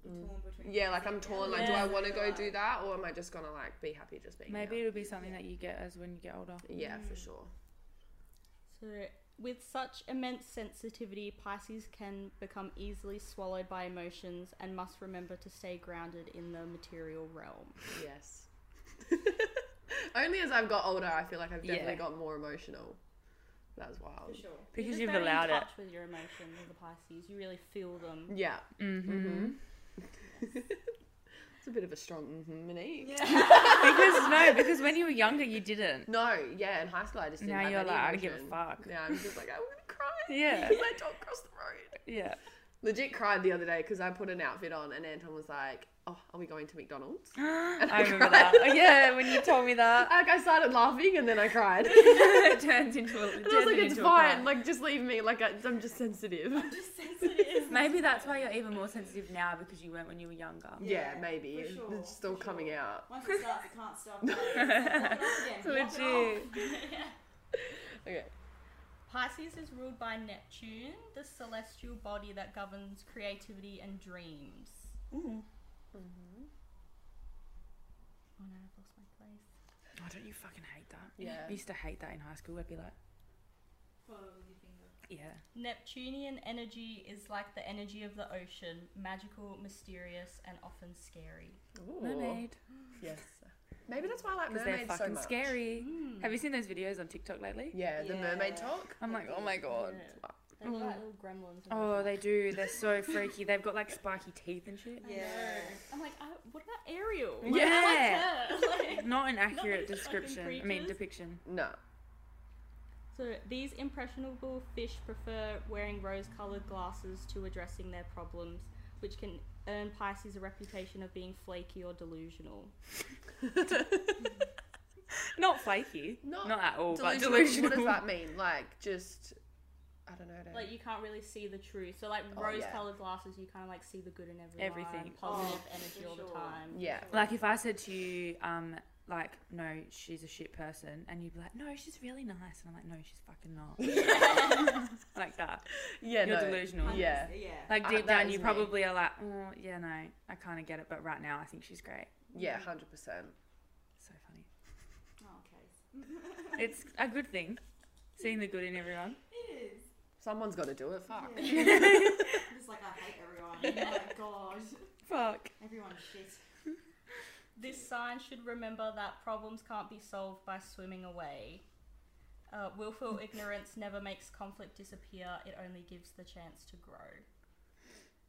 Speaker 2: Torn between
Speaker 1: Mm. yeah, like I'm torn. Like, do
Speaker 4: Yeah.
Speaker 1: I want to go do that or am I just going to like be happy just being
Speaker 3: Maybe
Speaker 1: here?
Speaker 3: it'll be something that you get as when you get older.
Speaker 1: Yeah, for sure.
Speaker 4: So With such immense sensitivity, Pisces can become easily swallowed by emotions and must remember to stay grounded in the material realm.
Speaker 1: Yes. Only as I've got older, I feel like I've definitely
Speaker 3: Yeah.
Speaker 1: got more emotional. That's wild.
Speaker 2: For sure.
Speaker 4: You're
Speaker 3: Because
Speaker 4: just
Speaker 3: you've
Speaker 4: very
Speaker 3: allowed
Speaker 4: in
Speaker 3: it.
Speaker 4: touch with your emotions as a Pisces. You really feel them.
Speaker 1: Yeah,
Speaker 3: Mm-hmm.
Speaker 1: it's a bit of a strong mm-hmm, in it.
Speaker 3: because no, because when you were younger, you didn't.
Speaker 1: No, yeah, in high school I just didn't
Speaker 3: Now
Speaker 1: have
Speaker 3: you're
Speaker 1: any
Speaker 3: like, I don't give
Speaker 1: emotion.
Speaker 3: a fuck.
Speaker 1: Yeah, I'm just like, I'm gonna cry.
Speaker 3: Yeah.
Speaker 1: because I don't cross the road.
Speaker 3: Yeah.
Speaker 1: Legit cried the other day because I put an outfit on and Anton was like, "Oh, are we going to McDonald's?"
Speaker 3: I remember that. Oh, yeah, when you told me that,
Speaker 1: Like I started laughing and then I cried. and
Speaker 3: it turns into a. It
Speaker 1: I was
Speaker 3: turns
Speaker 1: like, "It's
Speaker 3: into a cry.
Speaker 1: fine. Like just leave me. Like I, I'm just sensitive."
Speaker 2: Just sensitive.
Speaker 3: Maybe that's why you're even more sensitive now because you weren't when you were younger.
Speaker 1: yeah,
Speaker 2: Yeah,
Speaker 1: maybe
Speaker 2: for sure,
Speaker 1: it's still
Speaker 2: for
Speaker 1: coming
Speaker 2: sure.
Speaker 1: out.
Speaker 2: Once it starts, it can't stop. It's like, knock it off again, knock it off.
Speaker 1: Okay.
Speaker 4: Pisces is ruled by Neptune, the celestial body that governs creativity and dreams.
Speaker 3: Mm.
Speaker 4: Mm-hmm. Oh no, I've lost my place.
Speaker 3: Oh, don't you fucking hate that?
Speaker 1: Yeah.
Speaker 3: I used to hate that in high school. I'd be like,
Speaker 2: Follow with your finger.
Speaker 3: yeah.
Speaker 4: Neptunian energy is like the energy of the ocean, magical, mysterious, and often scary.
Speaker 1: Ooh.
Speaker 3: Mermaid.
Speaker 1: Yes. Maybe that's why I like
Speaker 3: Because they're
Speaker 1: mermaids so
Speaker 3: fucking
Speaker 1: much.
Speaker 3: scary.
Speaker 4: Hmm.
Speaker 3: Have you seen those videos on TikTok lately?
Speaker 1: Mm. Yeah, the mermaid
Speaker 2: Yeah.
Speaker 1: talk.
Speaker 3: I'm like, oh my god.
Speaker 4: Yeah. They're like little gremlins. in
Speaker 3: Mm. Oh,
Speaker 4: there.
Speaker 3: they do. They're so freaky. They've got like spiky teeth and shit.
Speaker 4: I know.
Speaker 2: Yeah.
Speaker 4: I'm like, I, what about Ariel? Like,
Speaker 3: Yeah.
Speaker 4: I like her. Like-
Speaker 3: Not an accurate
Speaker 4: these fucking
Speaker 3: description. I mean,
Speaker 4: creatures.
Speaker 3: depiction.
Speaker 1: No.
Speaker 4: So these impressionable fish prefer wearing rose-colored glasses to addressing their problems, which can earn Pisces a reputation of being flaky or delusional.
Speaker 3: Not flaky.
Speaker 1: Not
Speaker 3: Not, at all,
Speaker 1: Delusional.
Speaker 3: but delusional.
Speaker 1: What does that mean? Like just, I don't know.
Speaker 4: Like you can't really see the truth. So like
Speaker 1: Oh, yeah.
Speaker 4: rose-colored glasses, you kind of like see the good in everyone,
Speaker 3: Everything.
Speaker 4: positive
Speaker 2: Oh,
Speaker 4: energy
Speaker 2: for
Speaker 4: all the
Speaker 2: sure.
Speaker 4: time.
Speaker 1: yeah.
Speaker 3: Like if I said to you, um, like, no, she's a shit person, and you'd be like, no, she's really nice, and I'm like, no, she's fucking not. like that.
Speaker 1: Yeah.
Speaker 3: You're
Speaker 1: no.
Speaker 3: delusional.
Speaker 1: Yeah.
Speaker 2: Yeah.
Speaker 3: Like
Speaker 1: Uh,
Speaker 3: deep
Speaker 1: that
Speaker 3: down,
Speaker 1: is
Speaker 3: you
Speaker 1: me.
Speaker 3: probably are like, oh, yeah, no, I kind of get it, but right now, I think she's great.
Speaker 1: Yeah. Hundred percent.
Speaker 3: So funny.
Speaker 2: Oh, okay.
Speaker 3: It's a good thing, seeing the good in everyone.
Speaker 2: It is.
Speaker 1: Someone's got to do it. Fuck.
Speaker 2: Yeah. I'm just like, I hate everyone. Oh my god.
Speaker 3: Fuck.
Speaker 2: Everyone's shit.
Speaker 4: This sign should remember that problems can't be solved by swimming away. Uh, willful ignorance never makes conflict disappear, it only gives the chance to grow.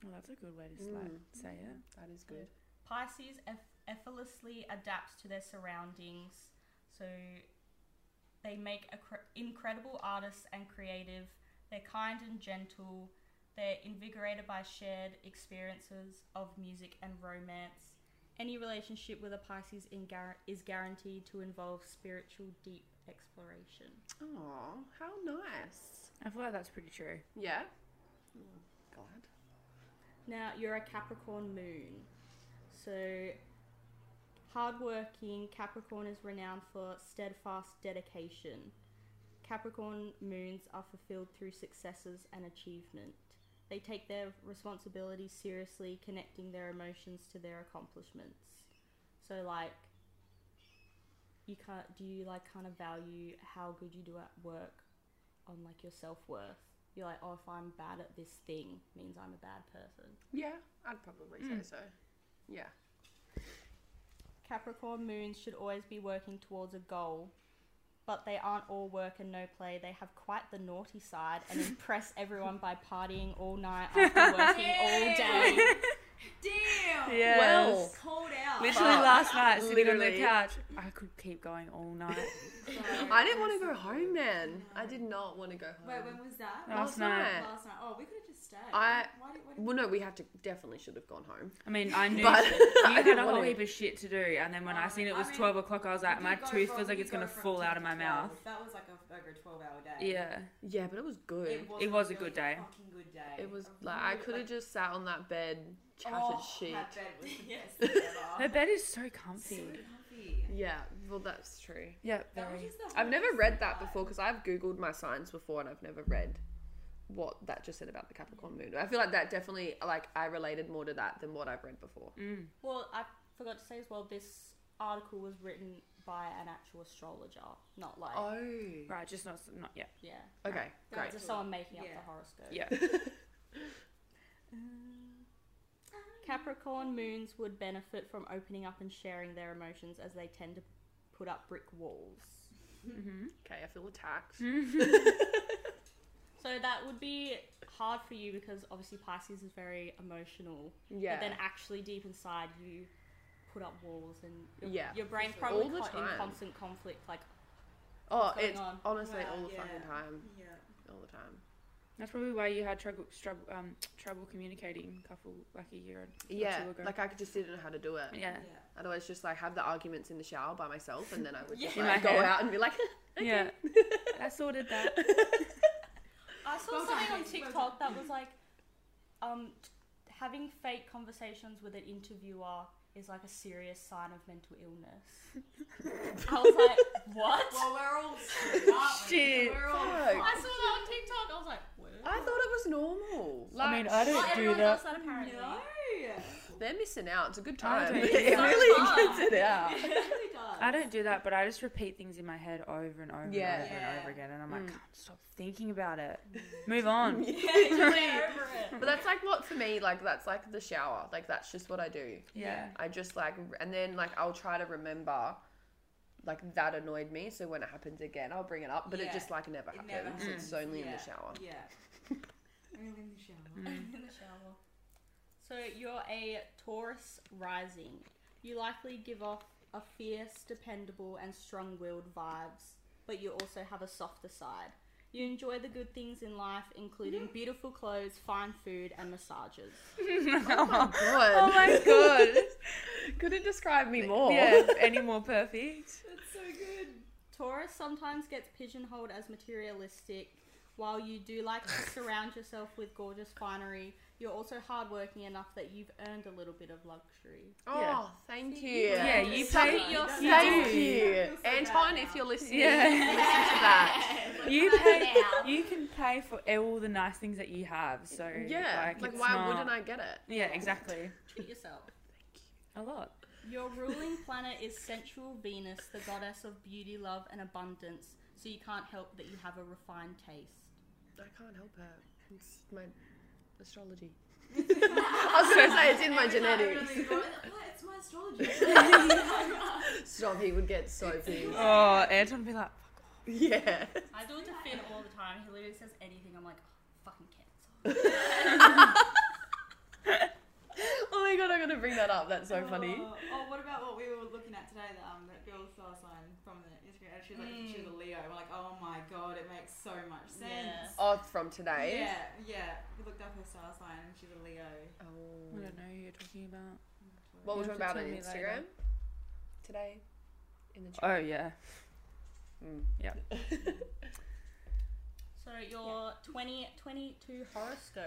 Speaker 3: Well, that's a good way to like, say it.
Speaker 1: That is good.
Speaker 4: Pisces eff- effortlessly adapts to their surroundings, so they make a cr- incredible artists and creative. They're kind and gentle. They're invigorated by shared experiences of music and romance. Any relationship with a Pisces in gar- is guaranteed to involve spiritual deep exploration.
Speaker 1: Oh, how nice.
Speaker 3: I feel like that's pretty true.
Speaker 1: Yeah. Mm, Glad.
Speaker 4: Now you're a Capricorn moon. So hardworking Capricorn is renowned for steadfast dedication. Capricorn moons are fulfilled through successes and achievement. They take their responsibilities seriously, connecting their emotions to their accomplishments. So like you can't do you like kind of value how good you do at work on like your self worth. You're like, oh if I'm bad at this thing means I'm a bad person.
Speaker 1: Yeah, I'd probably say so. Mm. Yeah.
Speaker 4: Capricorn moons should always be working towards a goal, but they aren't all work and no play. They have quite the naughty side and impress everyone by partying all night after working all day.
Speaker 2: Damn!
Speaker 3: Yeah.
Speaker 1: Oh, Well,
Speaker 2: Cold out.
Speaker 3: Literally last night, sitting on
Speaker 1: Literally.
Speaker 3: the couch, I could keep going all night.
Speaker 1: I didn't want to go home, Um, man. I did not want to go home.
Speaker 2: Wait, when was that?
Speaker 1: Last
Speaker 3: Last
Speaker 1: night.
Speaker 3: night.
Speaker 2: Last night. Oh, we could have just stayed.
Speaker 1: I-
Speaker 2: Why did, why did,
Speaker 1: Well, no, we had to definitely should have gone home.
Speaker 3: I mean, I knew
Speaker 1: But I
Speaker 3: you had
Speaker 1: didn't
Speaker 3: a whole
Speaker 1: wanna-
Speaker 3: heap of shit to do, and then when Oh, I seen it
Speaker 2: I
Speaker 3: was
Speaker 2: mean,
Speaker 3: 12 o'clock, I was like,
Speaker 2: you
Speaker 3: my
Speaker 2: go
Speaker 3: tooth
Speaker 2: from-
Speaker 3: feels like
Speaker 2: you
Speaker 3: it's going
Speaker 2: go
Speaker 3: to
Speaker 2: from
Speaker 3: fall
Speaker 2: 10
Speaker 3: out
Speaker 2: to
Speaker 3: of my
Speaker 2: 12.
Speaker 3: mouth.
Speaker 2: That was like a, over a 12 hour day.
Speaker 3: Yeah.
Speaker 1: Yeah, but it was good. It,
Speaker 3: It was a
Speaker 2: really
Speaker 3: good day.
Speaker 2: fucking good day.
Speaker 1: was
Speaker 2: A
Speaker 1: like I
Speaker 2: really-
Speaker 1: could have
Speaker 2: like,
Speaker 1: just sat on that bed, chatted
Speaker 2: oh,
Speaker 1: shit.
Speaker 2: That bed was the best bed
Speaker 3: Her
Speaker 2: ever.
Speaker 3: bed is Oh. so
Speaker 2: so
Speaker 3: comfy.
Speaker 2: comfy.
Speaker 1: Yeah, well, that's true.
Speaker 3: Yeah,
Speaker 2: That was
Speaker 3: very.
Speaker 2: just the
Speaker 1: I've never
Speaker 2: hottest
Speaker 1: read that
Speaker 2: vibe.
Speaker 1: before because I've googled my signs before and I've never read what that just said about the Capricorn moon. I feel like that definitely like I related more to that than what I've read before.
Speaker 3: Mm.
Speaker 4: Well, I forgot to say as well, this article was written by an actual astrologer, not like
Speaker 1: Oh.
Speaker 3: Right, just not not yet.
Speaker 4: yeah.
Speaker 1: Okay.
Speaker 4: That's
Speaker 1: Great.
Speaker 4: just someone making up
Speaker 2: Yeah.
Speaker 4: the horoscope.
Speaker 3: Yeah.
Speaker 4: Capricorn moons would benefit from opening up and sharing their emotions as they tend to put up brick walls.
Speaker 3: mm-hmm.
Speaker 1: Okay. I feel attacked.
Speaker 4: So that would be hard for you because obviously Pisces is very emotional.
Speaker 1: Yeah.
Speaker 4: But then actually deep inside you put up walls and your,
Speaker 1: Yeah.
Speaker 4: your brain's
Speaker 2: All
Speaker 4: probably
Speaker 1: the
Speaker 4: co- in
Speaker 1: time.
Speaker 4: constant conflict like
Speaker 1: oh,
Speaker 4: what's going
Speaker 1: it's
Speaker 4: on?
Speaker 1: honestly
Speaker 2: Wow,
Speaker 1: all the
Speaker 2: yeah.
Speaker 1: fucking time.
Speaker 2: Yeah.
Speaker 1: All the time.
Speaker 3: That's probably why you had trouble trouble, um, trouble communicating a couple like a year or
Speaker 1: Yeah.
Speaker 3: two ago.
Speaker 1: Like I could just didn't know how to do it.
Speaker 3: yeah.
Speaker 1: Otherwise, just like have the arguments in the shower by myself, and then I would just
Speaker 3: Yeah. In
Speaker 1: like,
Speaker 3: my
Speaker 1: go
Speaker 3: head.
Speaker 1: out and be like,
Speaker 3: Yeah. I sorted that.
Speaker 4: I saw
Speaker 2: Well
Speaker 4: something
Speaker 2: done.
Speaker 4: on TikTok that was like, um, t- having fake conversations with an interviewer is like a serious sign of mental illness. I was like, what?
Speaker 2: Well, we're all screwed up.
Speaker 3: Shit.
Speaker 2: We're all
Speaker 1: Fuck.
Speaker 4: I saw that on TikTok. I was like,
Speaker 1: I
Speaker 4: what?
Speaker 1: thought it was normal. Like,
Speaker 3: I mean, I
Speaker 4: Not
Speaker 3: don't do
Speaker 4: everyone does
Speaker 3: that.
Speaker 4: that apparently.
Speaker 2: No.
Speaker 1: they're missing out. It's a good
Speaker 3: I
Speaker 1: time.
Speaker 3: don't-
Speaker 1: it
Speaker 3: It's so
Speaker 1: really
Speaker 4: fun.
Speaker 1: gets it out.
Speaker 2: It really does.
Speaker 3: I don't do that, but I just repeat things in my head over and over
Speaker 1: Yeah.
Speaker 3: and over and
Speaker 2: Yeah.
Speaker 3: over again, and I'm like,
Speaker 1: Mm.
Speaker 3: can't stop thinking about it. Move on.
Speaker 2: Yeah, you're over it.
Speaker 1: But that's like what for me, like that's like the shower. Like that's just what I do.
Speaker 3: Yeah.
Speaker 1: I just like, r- and then like I'll try to remember, like that annoyed me. So when it happens again, I'll bring it up. But it
Speaker 2: Yeah.
Speaker 1: just like never
Speaker 2: It
Speaker 1: happens.
Speaker 2: never
Speaker 1: It's only in the
Speaker 2: Yeah.
Speaker 1: shower.
Speaker 2: Yeah. Only in the shower.
Speaker 3: Mm.
Speaker 4: In the shower. So you're a Taurus rising. You likely give off a fierce, dependable, and strong-willed vibes, but you also have a softer side. You enjoy the good things in life, including beautiful clothes, fine food, and massages.
Speaker 3: Oh
Speaker 1: Good.
Speaker 3: my god.
Speaker 1: Couldn't describe me more.
Speaker 3: Yeah. Any more perfect?
Speaker 2: That's so good.
Speaker 4: Taurus sometimes gets pigeonholed as materialistic. While you do like to surround yourself with gorgeous finery, you're also hardworking enough that you've earned a little bit of luxury.
Speaker 1: Oh,
Speaker 3: Yeah.
Speaker 1: thank you.
Speaker 3: Yeah, you
Speaker 4: Suck
Speaker 3: play.
Speaker 4: it yourself.
Speaker 1: Thank
Speaker 3: do.
Speaker 1: you,
Speaker 2: I feel so
Speaker 1: Anton.
Speaker 2: bad
Speaker 1: If
Speaker 2: now.
Speaker 1: you're listening,
Speaker 3: Yeah.
Speaker 1: listen to that.
Speaker 3: You
Speaker 4: Come
Speaker 3: pay.
Speaker 4: now.
Speaker 3: You can pay for all the nice things that you have. So
Speaker 1: Yeah, like,
Speaker 3: it's
Speaker 1: why
Speaker 3: not-
Speaker 1: wouldn't I get it?
Speaker 3: Yeah, exactly.
Speaker 4: Treat yourself.
Speaker 3: A lot.
Speaker 4: Your ruling planet is sensual Venus, the goddess of beauty, love, and abundance, so you can't help that you have a refined taste.
Speaker 1: I can't help it. It's my astrology. I was gonna say it's in my
Speaker 2: Every time
Speaker 1: genetics.
Speaker 2: everyone's going, "Oh, it's my astrology.
Speaker 1: Stop, he would get so pissed.
Speaker 3: Oh, Anton would be like,
Speaker 1: Yeah.
Speaker 4: I do it to Finn all the time. He literally says anything. I'm like, oh, fucking cancer.
Speaker 1: Oh my god, I'm gonna bring that up. That's so funny.
Speaker 2: Oh, oh, what about what we were looking at today? That um, that girl star sign from the Instagram. She's like, she's
Speaker 1: Mm.
Speaker 2: a Leo. We're like, oh my god, it makes so much
Speaker 4: Yeah.
Speaker 2: sense.
Speaker 1: Oh, from today.
Speaker 2: Yeah, yeah. We looked up her star sign and she's a Leo.
Speaker 1: Oh.
Speaker 3: I don't know who you're talking about.
Speaker 1: What
Speaker 3: You
Speaker 1: was
Speaker 3: have
Speaker 1: it
Speaker 3: to
Speaker 1: about on
Speaker 3: tell me
Speaker 1: Instagram?
Speaker 3: later.
Speaker 1: Today. In the chat.
Speaker 3: Oh yeah.
Speaker 1: Mm.
Speaker 4: So your 2022 horoscope.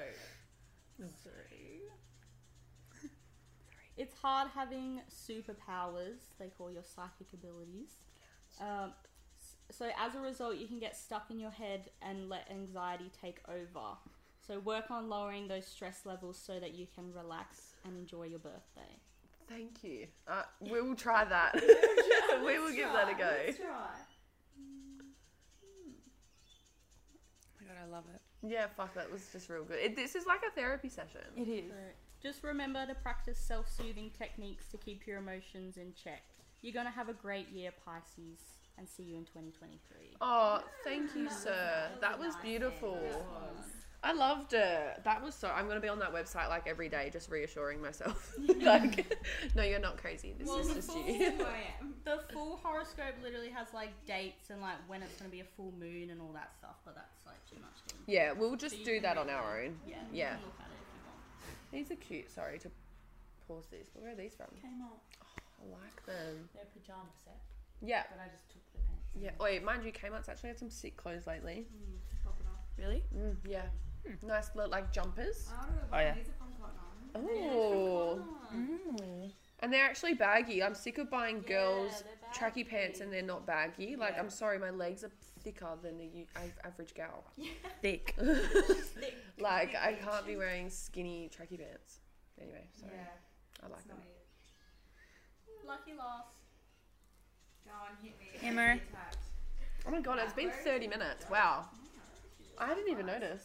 Speaker 4: It's hard having superpowers, they call your psychic abilities. Um, s- so as a result, you can get stuck in your head and let anxiety take over. So work on lowering those stress levels so that you can relax and enjoy your birthday.
Speaker 1: Thank you. Uh, we will try that. we will give that a go.
Speaker 2: Let's try.
Speaker 3: Oh my god, I love it.
Speaker 1: Yeah, fuck, that was just real good. It, this is like a therapy session.
Speaker 3: It is.
Speaker 4: Just remember to practice self-soothing techniques to keep your emotions in check. You're gonna have a great year, Pisces, and see you in 2023.
Speaker 1: Oh, thank you, sir. That was beautiful. I loved it. That was so. I'm gonna be on that website like every day, just reassuring myself. like, no, you're not crazy. This
Speaker 4: Well,
Speaker 1: is just you.
Speaker 2: Who I am.
Speaker 4: The full horoscope literally has like dates and like when it's gonna be a full moon and all that stuff, but that's like too much. To
Speaker 1: yeah, we'll just
Speaker 4: So you
Speaker 1: do
Speaker 4: can
Speaker 1: that
Speaker 4: read
Speaker 1: on our own.
Speaker 4: yeah, you
Speaker 1: Yeah.
Speaker 4: can look at it if you want.
Speaker 1: These are cute. Sorry to pause these. but Where are these from?
Speaker 2: Came out.
Speaker 1: I like them.
Speaker 4: They're pajama set,
Speaker 1: Yeah,
Speaker 4: but I just took the pants.
Speaker 1: yeah. Wait, mind you, Kmart's actually had some sick clothes lately.
Speaker 2: Mm, pop it off.
Speaker 3: Really?
Speaker 1: Mm, yeah. Nice little like jumpers.
Speaker 2: I ordered
Speaker 3: Oh, yeah.
Speaker 2: one. These are from Cotton On.
Speaker 1: Oh. And they're actually baggy. I'm sick of buying Mm, girls tracky pants and they're not baggy. Like,
Speaker 2: Yeah.
Speaker 1: I'm sorry, my legs are thicker than the u- a- average gal.
Speaker 3: Thick.
Speaker 1: Like, I
Speaker 2: Thick
Speaker 1: can't be wearing skinny tracky pants. Anyway, sorry. I
Speaker 2: Yeah,
Speaker 1: like
Speaker 2: it's
Speaker 1: them.
Speaker 2: not it.
Speaker 4: Lucky last.
Speaker 2: Go on, hit me.
Speaker 3: Emma.
Speaker 2: Hit me types.
Speaker 1: Oh my god, it's been 30 minutes. Wow. I didn't even notice.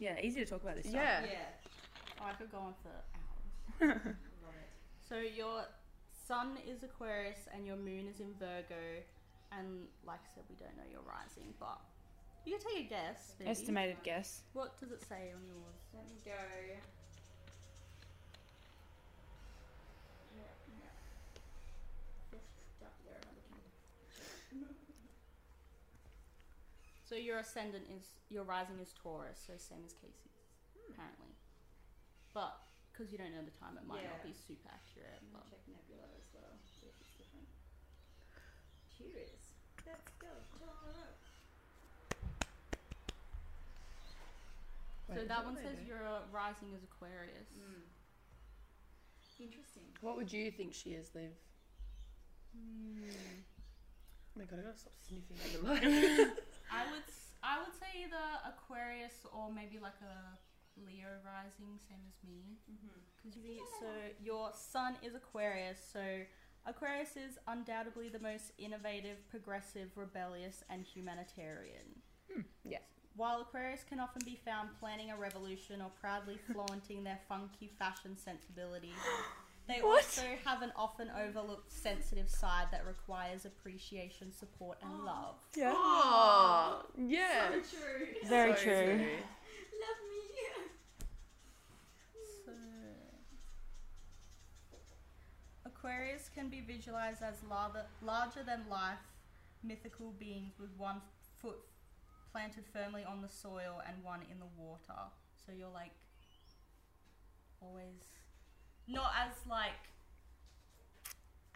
Speaker 3: Yeah, easy to talk about this stuff.
Speaker 1: Yeah.
Speaker 2: Yeah.
Speaker 4: Oh, I could go on for hours.
Speaker 2: Love it.
Speaker 4: So your sun is Aquarius and your moon is in Virgo, and like I said, we don't know your rising, but you can take a guess. Maybe.
Speaker 3: Estimated guess.
Speaker 4: What does it say on yours?
Speaker 2: Let me go. Yeah, yeah. Just up there, I'm looking.
Speaker 4: So your ascendant is your rising is Taurus, so same as Casey's, apparently. But because you don't know the time, it might not
Speaker 2: Yeah.
Speaker 4: be super accurate.
Speaker 2: I'm
Speaker 4: But
Speaker 2: gonna check Nebula as well. See if it's different. Cheers. Let's go. Tell 'em I'm up.
Speaker 4: so
Speaker 1: Wait,
Speaker 4: that
Speaker 1: what
Speaker 4: one
Speaker 1: do they
Speaker 4: says
Speaker 1: do?
Speaker 4: your rising is Aquarius.
Speaker 2: Mm. Interesting.
Speaker 1: What would you think she is, Liv?
Speaker 4: Hmm.
Speaker 1: Oh my god, I gotta stop sniffing in the mic.
Speaker 4: I would s- I would say either Aquarius or maybe like a Leo rising, same as me.
Speaker 2: Mm-hmm.
Speaker 4: Cause you see, so your sun is Aquarius, so Aquarius is undoubtedly the most innovative, progressive, rebellious, and humanitarian.
Speaker 1: yeah.
Speaker 4: While Aquarius can often be found planning a revolution or proudly flaunting their funky fashion sensibility, they
Speaker 3: What?
Speaker 4: also have an often overlooked sensitive side that requires appreciation, support, and
Speaker 2: Oh.
Speaker 4: love.
Speaker 3: Yeah.
Speaker 1: Oh, yeah.
Speaker 2: So true.
Speaker 3: Very
Speaker 1: So
Speaker 3: true.
Speaker 2: Love me.
Speaker 4: So, Aquarius can be visualized as larger, larger than life, mythical beings with one foot planted firmly on the soil and one in the water. So you're like always not as like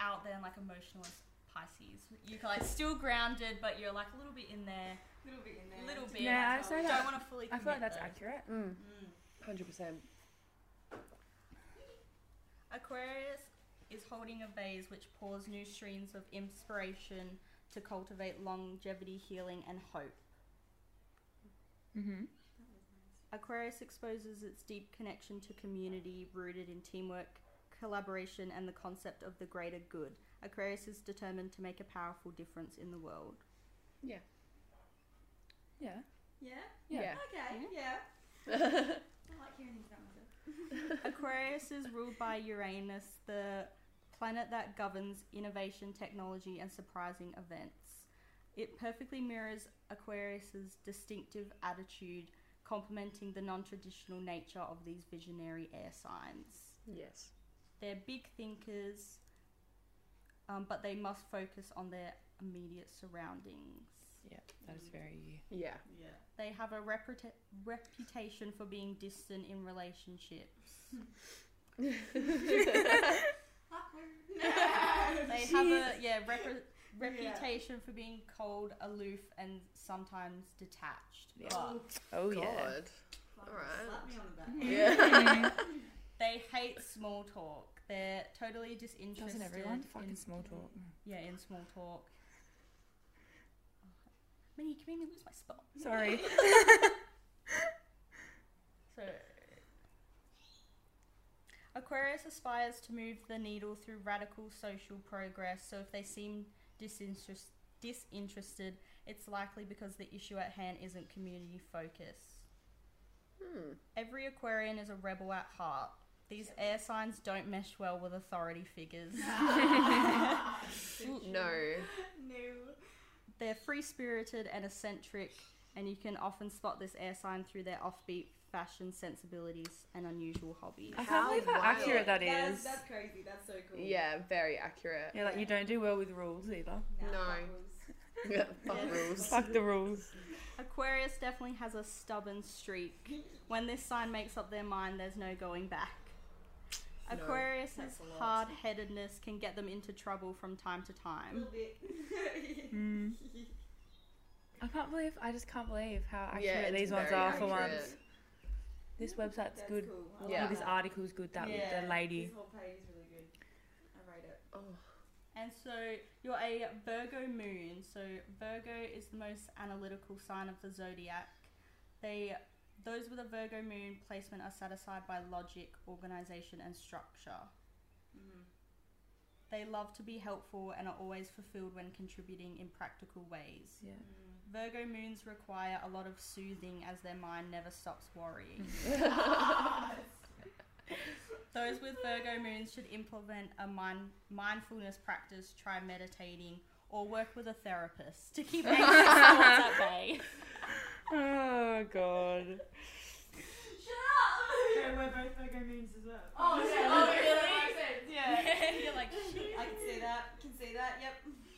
Speaker 4: out there and like emotional as Pisces. You're like still grounded, but you're like a little bit in there.
Speaker 2: Little bit in there.
Speaker 4: Little bit.
Speaker 3: Yeah, I'd say
Speaker 4: Don't
Speaker 3: that.
Speaker 4: want to fully.
Speaker 3: I feel like
Speaker 4: commit,
Speaker 3: that's
Speaker 4: though.
Speaker 3: accurate.
Speaker 1: Mm,
Speaker 2: Mm.
Speaker 1: 100%.
Speaker 4: Aquarius is holding a vase which pours new streams of inspiration to cultivate longevity, healing, and hope.
Speaker 3: Mm-hmm.
Speaker 2: That was nice.
Speaker 4: Aquarius exposes its deep connection to community rooted in teamwork, collaboration, and the concept of the greater good. Aquarius is determined to make a powerful difference in the world.
Speaker 3: Yeah.
Speaker 2: Yeah?
Speaker 3: Yeah.
Speaker 1: Yeah.
Speaker 2: Okay, yeah. I like hearing things about myself.
Speaker 4: Aquarius is ruled by Uranus, the planet that governs innovation, technology, and surprising events. It perfectly mirrors Aquarius's distinctive attitude, complementing the non-traditional nature of these visionary air signs.
Speaker 1: Yes.
Speaker 4: They're big thinkers, um, but they must focus on their immediate surroundings.
Speaker 3: Yeah. That is very you.
Speaker 1: Yeah.
Speaker 2: Yeah.
Speaker 4: They have a reputa- reputation for being distant in relationships. they have a yeah repre- reputation for being cold, aloof, and sometimes detached.
Speaker 3: Yeah.
Speaker 4: But
Speaker 3: Oh
Speaker 1: God. Alright.
Speaker 2: Alright. Slap me on the back.
Speaker 1: Yeah.
Speaker 4: they hate small talk. They're totally disinterested.
Speaker 3: Doesn't everyone?
Speaker 4: in-
Speaker 3: Fucking small talk.
Speaker 4: yeah, in small talk. Man, you can make me lose my spot.
Speaker 3: Sorry.
Speaker 4: So. Aquarius aspires to move the needle through radical social progress, so if they seem disinterest- disinterested, it's likely because the issue at hand isn't community focused.
Speaker 1: Hmm.
Speaker 4: Every Aquarian is a rebel at heart. These air signs don't mesh well with authority figures.
Speaker 1: No.
Speaker 2: No.
Speaker 4: They're free spirited and eccentric, and you can often spot this air sign through their offbeat fashion sensibilities and unusual hobbies.
Speaker 3: I can't
Speaker 1: How
Speaker 3: believe how
Speaker 1: wild.
Speaker 3: accurate that
Speaker 2: That's-
Speaker 3: is.
Speaker 2: That's crazy. That's so cool.
Speaker 1: Yeah, very accurate.
Speaker 3: Yeah, like you don't do well with rules either.
Speaker 2: Nah,
Speaker 1: No.
Speaker 2: that was-
Speaker 1: Yeah, Fuck
Speaker 4: Yeah.
Speaker 1: rules.
Speaker 3: Fuck the rules.
Speaker 4: Aquarius definitely has a stubborn streak. When this sign makes up their mind, there's no going back.
Speaker 1: No,
Speaker 4: Aquarius's
Speaker 2: that's a lot.
Speaker 4: hard headedness can get them into trouble from time to
Speaker 2: A
Speaker 4: time.
Speaker 2: little bit.
Speaker 3: Mm. I can't believe. I just can't believe how accurate
Speaker 1: Yeah, it's
Speaker 3: these ones
Speaker 1: very
Speaker 3: are for
Speaker 1: accurate.
Speaker 3: once. This website's
Speaker 2: That's
Speaker 3: good.
Speaker 2: cool. I
Speaker 3: Oh,
Speaker 1: Yeah.
Speaker 2: like
Speaker 3: this
Speaker 2: that.
Speaker 3: article's good. That
Speaker 2: Yeah,
Speaker 3: the lady.
Speaker 2: This whole page is really good. I rate it.
Speaker 1: Oh,
Speaker 4: And so you're a Virgo moon. So Virgo is the most analytical sign of the zodiac. They those with a Virgo moon placement are satisfied by logic, organization, and structure.
Speaker 2: Mm-hmm.
Speaker 4: They love to be helpful and are always fulfilled when contributing in practical ways.
Speaker 3: Yeah.
Speaker 4: Virgo moons require a lot of soothing as their mind never stops worrying. Those with Virgo moons should implement a mind- mindfulness practice, try meditating, or work with a therapist to keep anxious thoughts at bay.
Speaker 3: Oh god.
Speaker 2: So we're both Virgo moons as well.
Speaker 3: Oh, yeah, oh,
Speaker 2: yeah, that makes sense. Yeah.
Speaker 4: You're like, shit.
Speaker 2: I can see that. Can see that. Yep.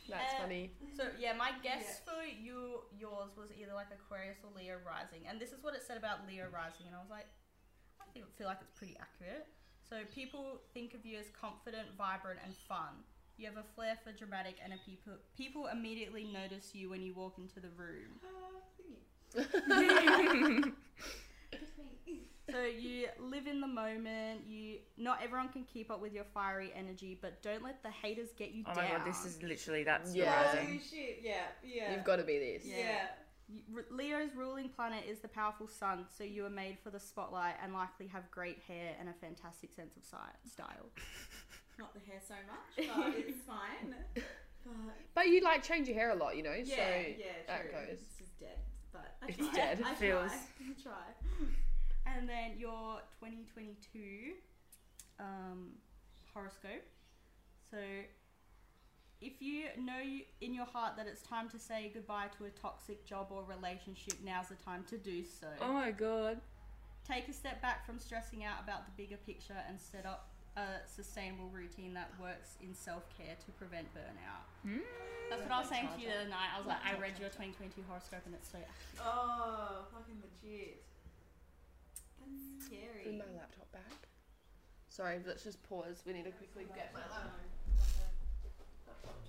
Speaker 1: That's
Speaker 4: Uh,
Speaker 1: funny.
Speaker 4: So yeah, my guess for you yours was either like Aquarius or Leo rising, and this is what it said about Leo rising, and I was like, I think, feel like it's pretty accurate. So people think of you as confident, vibrant, and fun. You have a flair for dramatic, and a people people immediately notice you when you walk into the room.
Speaker 2: Uh, thingy.
Speaker 3: Oh
Speaker 4: So you live in the moment. You not everyone can keep up with your fiery energy, but don't let the haters get you
Speaker 3: Oh
Speaker 4: down.
Speaker 3: my god, this is literally that's the
Speaker 1: Yeah.
Speaker 2: Oh
Speaker 3: rising.
Speaker 2: shit. Yeah. Yeah.
Speaker 1: You've got to be this.
Speaker 2: Yeah.
Speaker 4: You- R- Leo's ruling planet is the powerful sun, so you are made for the spotlight and likely have great hair and a fantastic sense of si- style.
Speaker 2: Not the hair so much, but it's fine. But
Speaker 1: But you like change your hair a lot, you know.
Speaker 2: yeah,
Speaker 1: so
Speaker 2: yeah,
Speaker 1: that
Speaker 2: true.
Speaker 1: goes.
Speaker 2: It's just dead. But I
Speaker 1: It's
Speaker 2: try.
Speaker 1: dead.
Speaker 2: I
Speaker 3: Feels.
Speaker 2: try. I try.
Speaker 4: And then your 2022 um, horoscope. So, if you know you- in your heart that it's time to say goodbye to a toxic job or relationship, now's the time to do so.
Speaker 3: Oh my god.
Speaker 4: Take a step back from stressing out about the bigger picture and set up a sustainable routine that works in self care to prevent burnout. That's what I was saying to you the other night. I was like, I read your 2022 horoscope and it's so.
Speaker 2: Oh, fucking legit. That's
Speaker 1: Bring
Speaker 2: scary.
Speaker 1: my laptop back. Sorry, let's just pause. We need to quickly get my laptop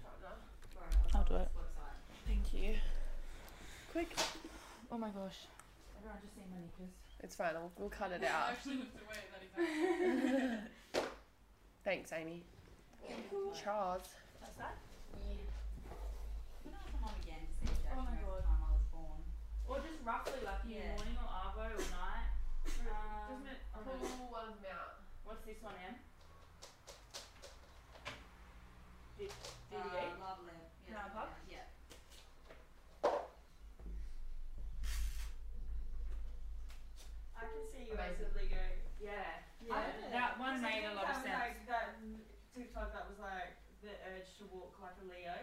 Speaker 1: charger.
Speaker 3: I'll do it.
Speaker 1: Thank you. Quick.
Speaker 3: Oh my gosh.
Speaker 2: Everyone just seen my knickers.
Speaker 1: It's fine. I'll, we'll cut it out. Thanks, Amy. Charles.
Speaker 2: That's that? Yeah. When I come on again to see if Jack knows the time I was born.
Speaker 5: Or just roughly like in
Speaker 2: Yeah.
Speaker 5: the morning or arvo or night.
Speaker 2: Um,
Speaker 5: Doesn't it? oh, no. What's this one, Em? D-
Speaker 2: uh,
Speaker 5: DDE?
Speaker 2: Love Lab. Yeah.
Speaker 5: Nine o'clock?
Speaker 2: Yeah.
Speaker 5: I can see
Speaker 1: you Amazing.
Speaker 5: go. Yeah.
Speaker 2: Yeah.
Speaker 5: That one made a lot of sense.
Speaker 6: Like that TikTok that was like the urge to walk like a Leo,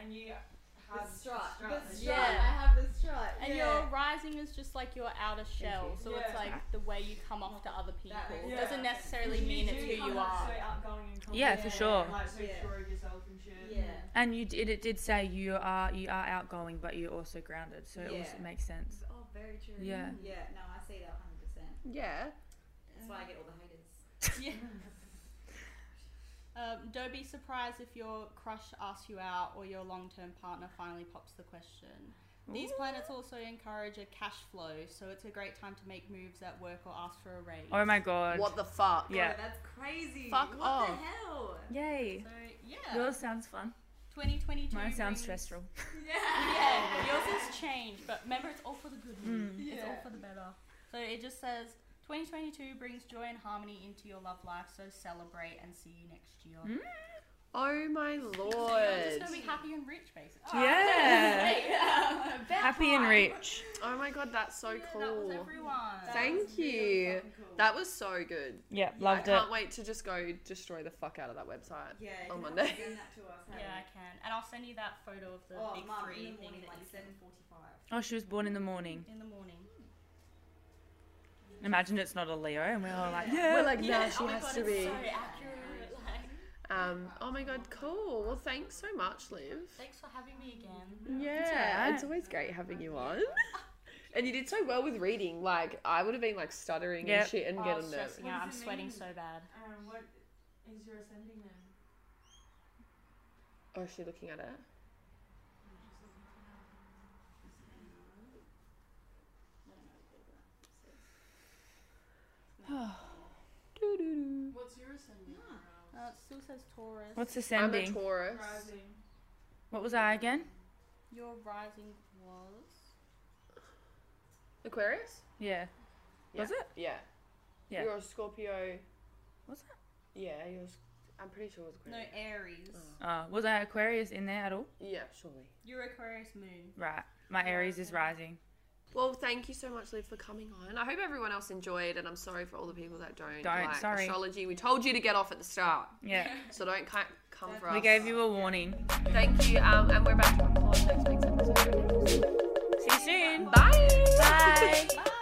Speaker 6: and you
Speaker 2: The
Speaker 6: have
Speaker 2: strut. The
Speaker 6: that
Speaker 2: strut.
Speaker 6: you-
Speaker 2: I
Speaker 4: Yeah.
Speaker 2: have the strut.
Speaker 4: And
Speaker 2: yeah.
Speaker 4: your rising is just like your outer shell, so it's
Speaker 6: Yeah.
Speaker 4: like the way you come off to other people.
Speaker 2: That makes
Speaker 4: Doesn't
Speaker 2: sense.
Speaker 4: necessarily
Speaker 6: you
Speaker 4: mean
Speaker 6: do
Speaker 4: it's who
Speaker 6: come
Speaker 4: you
Speaker 6: off
Speaker 4: are.
Speaker 6: So outgoing and
Speaker 3: Yeah,
Speaker 6: confident
Speaker 3: for sure.
Speaker 6: and, Like so
Speaker 2: Yeah.
Speaker 6: sure of yourself and shit.
Speaker 2: Yeah.
Speaker 3: And you did, it did say you are you are outgoing, but you're also grounded, so it also
Speaker 2: Yeah.
Speaker 3: makes sense.
Speaker 2: Oh, very true.
Speaker 3: Yeah.
Speaker 2: Yeah, no, I see that 100%.
Speaker 1: Yeah.
Speaker 2: That's why I get all the haters.
Speaker 4: Um, don't be surprised if your crush asks you out or your long term partner finally pops the question. These planets also encourage a cash flow, so it's a great time to make moves at work or ask for a raise.
Speaker 3: Oh my god.
Speaker 1: What the fuck?
Speaker 3: Yeah.
Speaker 2: God, Oh, that's crazy.
Speaker 1: Fuck
Speaker 2: what the
Speaker 1: off.
Speaker 2: hell?
Speaker 3: Yay.
Speaker 4: So yeah,
Speaker 3: Yours sounds fun.
Speaker 4: 2022.
Speaker 3: Mine sounds
Speaker 4: brings-
Speaker 3: stressful.
Speaker 4: Yeah, yours has changed, but remember it's all for the good.
Speaker 3: Hmm.
Speaker 4: It's all
Speaker 2: Yeah.
Speaker 4: for the better. So it just says 2022 brings joy and harmony into your love life, so celebrate and see you next year.
Speaker 3: Hmm.
Speaker 1: Oh my
Speaker 4: So you're just
Speaker 1: lord.
Speaker 4: gonna be happy and rich, basically.
Speaker 2: Oh, Ah.
Speaker 3: Yeah. Happy and rich.
Speaker 1: Oh my god, that's so
Speaker 4: Yeah, That was
Speaker 1: cool.
Speaker 4: everyone.
Speaker 1: That Thank
Speaker 2: was really
Speaker 1: you.
Speaker 2: fucking cool.
Speaker 1: That was so good.
Speaker 3: Yeah,
Speaker 1: I
Speaker 3: loved it.
Speaker 1: can't wait to just go destroy the fuck out of that website.
Speaker 2: Yeah, you
Speaker 1: on
Speaker 2: can
Speaker 1: Monday.
Speaker 2: have to send that to us. hey?
Speaker 4: Yeah, I can. And I'll send you that photo of the
Speaker 2: oh,
Speaker 4: big
Speaker 2: mum,
Speaker 4: three
Speaker 2: in the
Speaker 4: thing
Speaker 2: morning,
Speaker 4: that
Speaker 2: like
Speaker 4: you sent
Speaker 2: 7.45.
Speaker 3: Oh, she was born in the morning.
Speaker 4: in the morning.
Speaker 3: Imagine it's not a Leo, and we're all like, yeah.
Speaker 1: We're like, nah,
Speaker 4: oh
Speaker 1: she
Speaker 4: my
Speaker 1: has
Speaker 4: God,
Speaker 1: to
Speaker 4: it's
Speaker 1: be.
Speaker 4: so accurate. Like,
Speaker 1: Um, oh my god, cool. Well, thanks so much, Liv.
Speaker 4: thanks for having me again.
Speaker 1: Yeah,
Speaker 3: alright.
Speaker 1: it's always great having you on. And you did so well with reading. Like I would have been like stuttering
Speaker 3: Yep.
Speaker 1: and shit and
Speaker 4: Oh, I was
Speaker 1: getting nervous.
Speaker 4: stressing out. I'm
Speaker 6: What does it
Speaker 4: sweating
Speaker 6: mean?
Speaker 4: so bad.
Speaker 6: Um, what is your ascending then?
Speaker 1: Oh, is she looking at it? Doo-doo-doo.
Speaker 6: What's your ascending?
Speaker 4: Uh, it still says Taurus.
Speaker 3: What's
Speaker 1: I'm a
Speaker 3: ascending?
Speaker 1: Taurus.
Speaker 6: Rising.
Speaker 3: What was I again?
Speaker 4: Your rising was.
Speaker 1: Aquarius?
Speaker 3: Yeah.
Speaker 1: Yeah.
Speaker 3: Was it?
Speaker 1: Yeah.
Speaker 3: Yeah.
Speaker 1: You're a Scorpio.
Speaker 3: Was
Speaker 1: it? Yeah, you're a s- I'm pretty sure it was
Speaker 4: No,
Speaker 1: Aquarius.
Speaker 4: Aries.
Speaker 3: Uh, was I Aquarius in there at all?
Speaker 1: Yeah, surely.
Speaker 4: You're Aquarius moon.
Speaker 3: Right. My Aries is rising.
Speaker 1: Well, thank you so much, Liv, for coming on. I hope everyone else enjoyed, and I'm sorry for all the people that don't,
Speaker 3: Don't,
Speaker 1: like
Speaker 3: sorry.
Speaker 1: astrology. We told you to get off at the start,
Speaker 3: Yeah.
Speaker 1: so don't ki- come for us.
Speaker 3: We gave you a warning.
Speaker 1: Thank you, um, and we're about to record next week's episode.
Speaker 3: See you soon.
Speaker 1: Bye.
Speaker 3: Bye.
Speaker 4: Bye.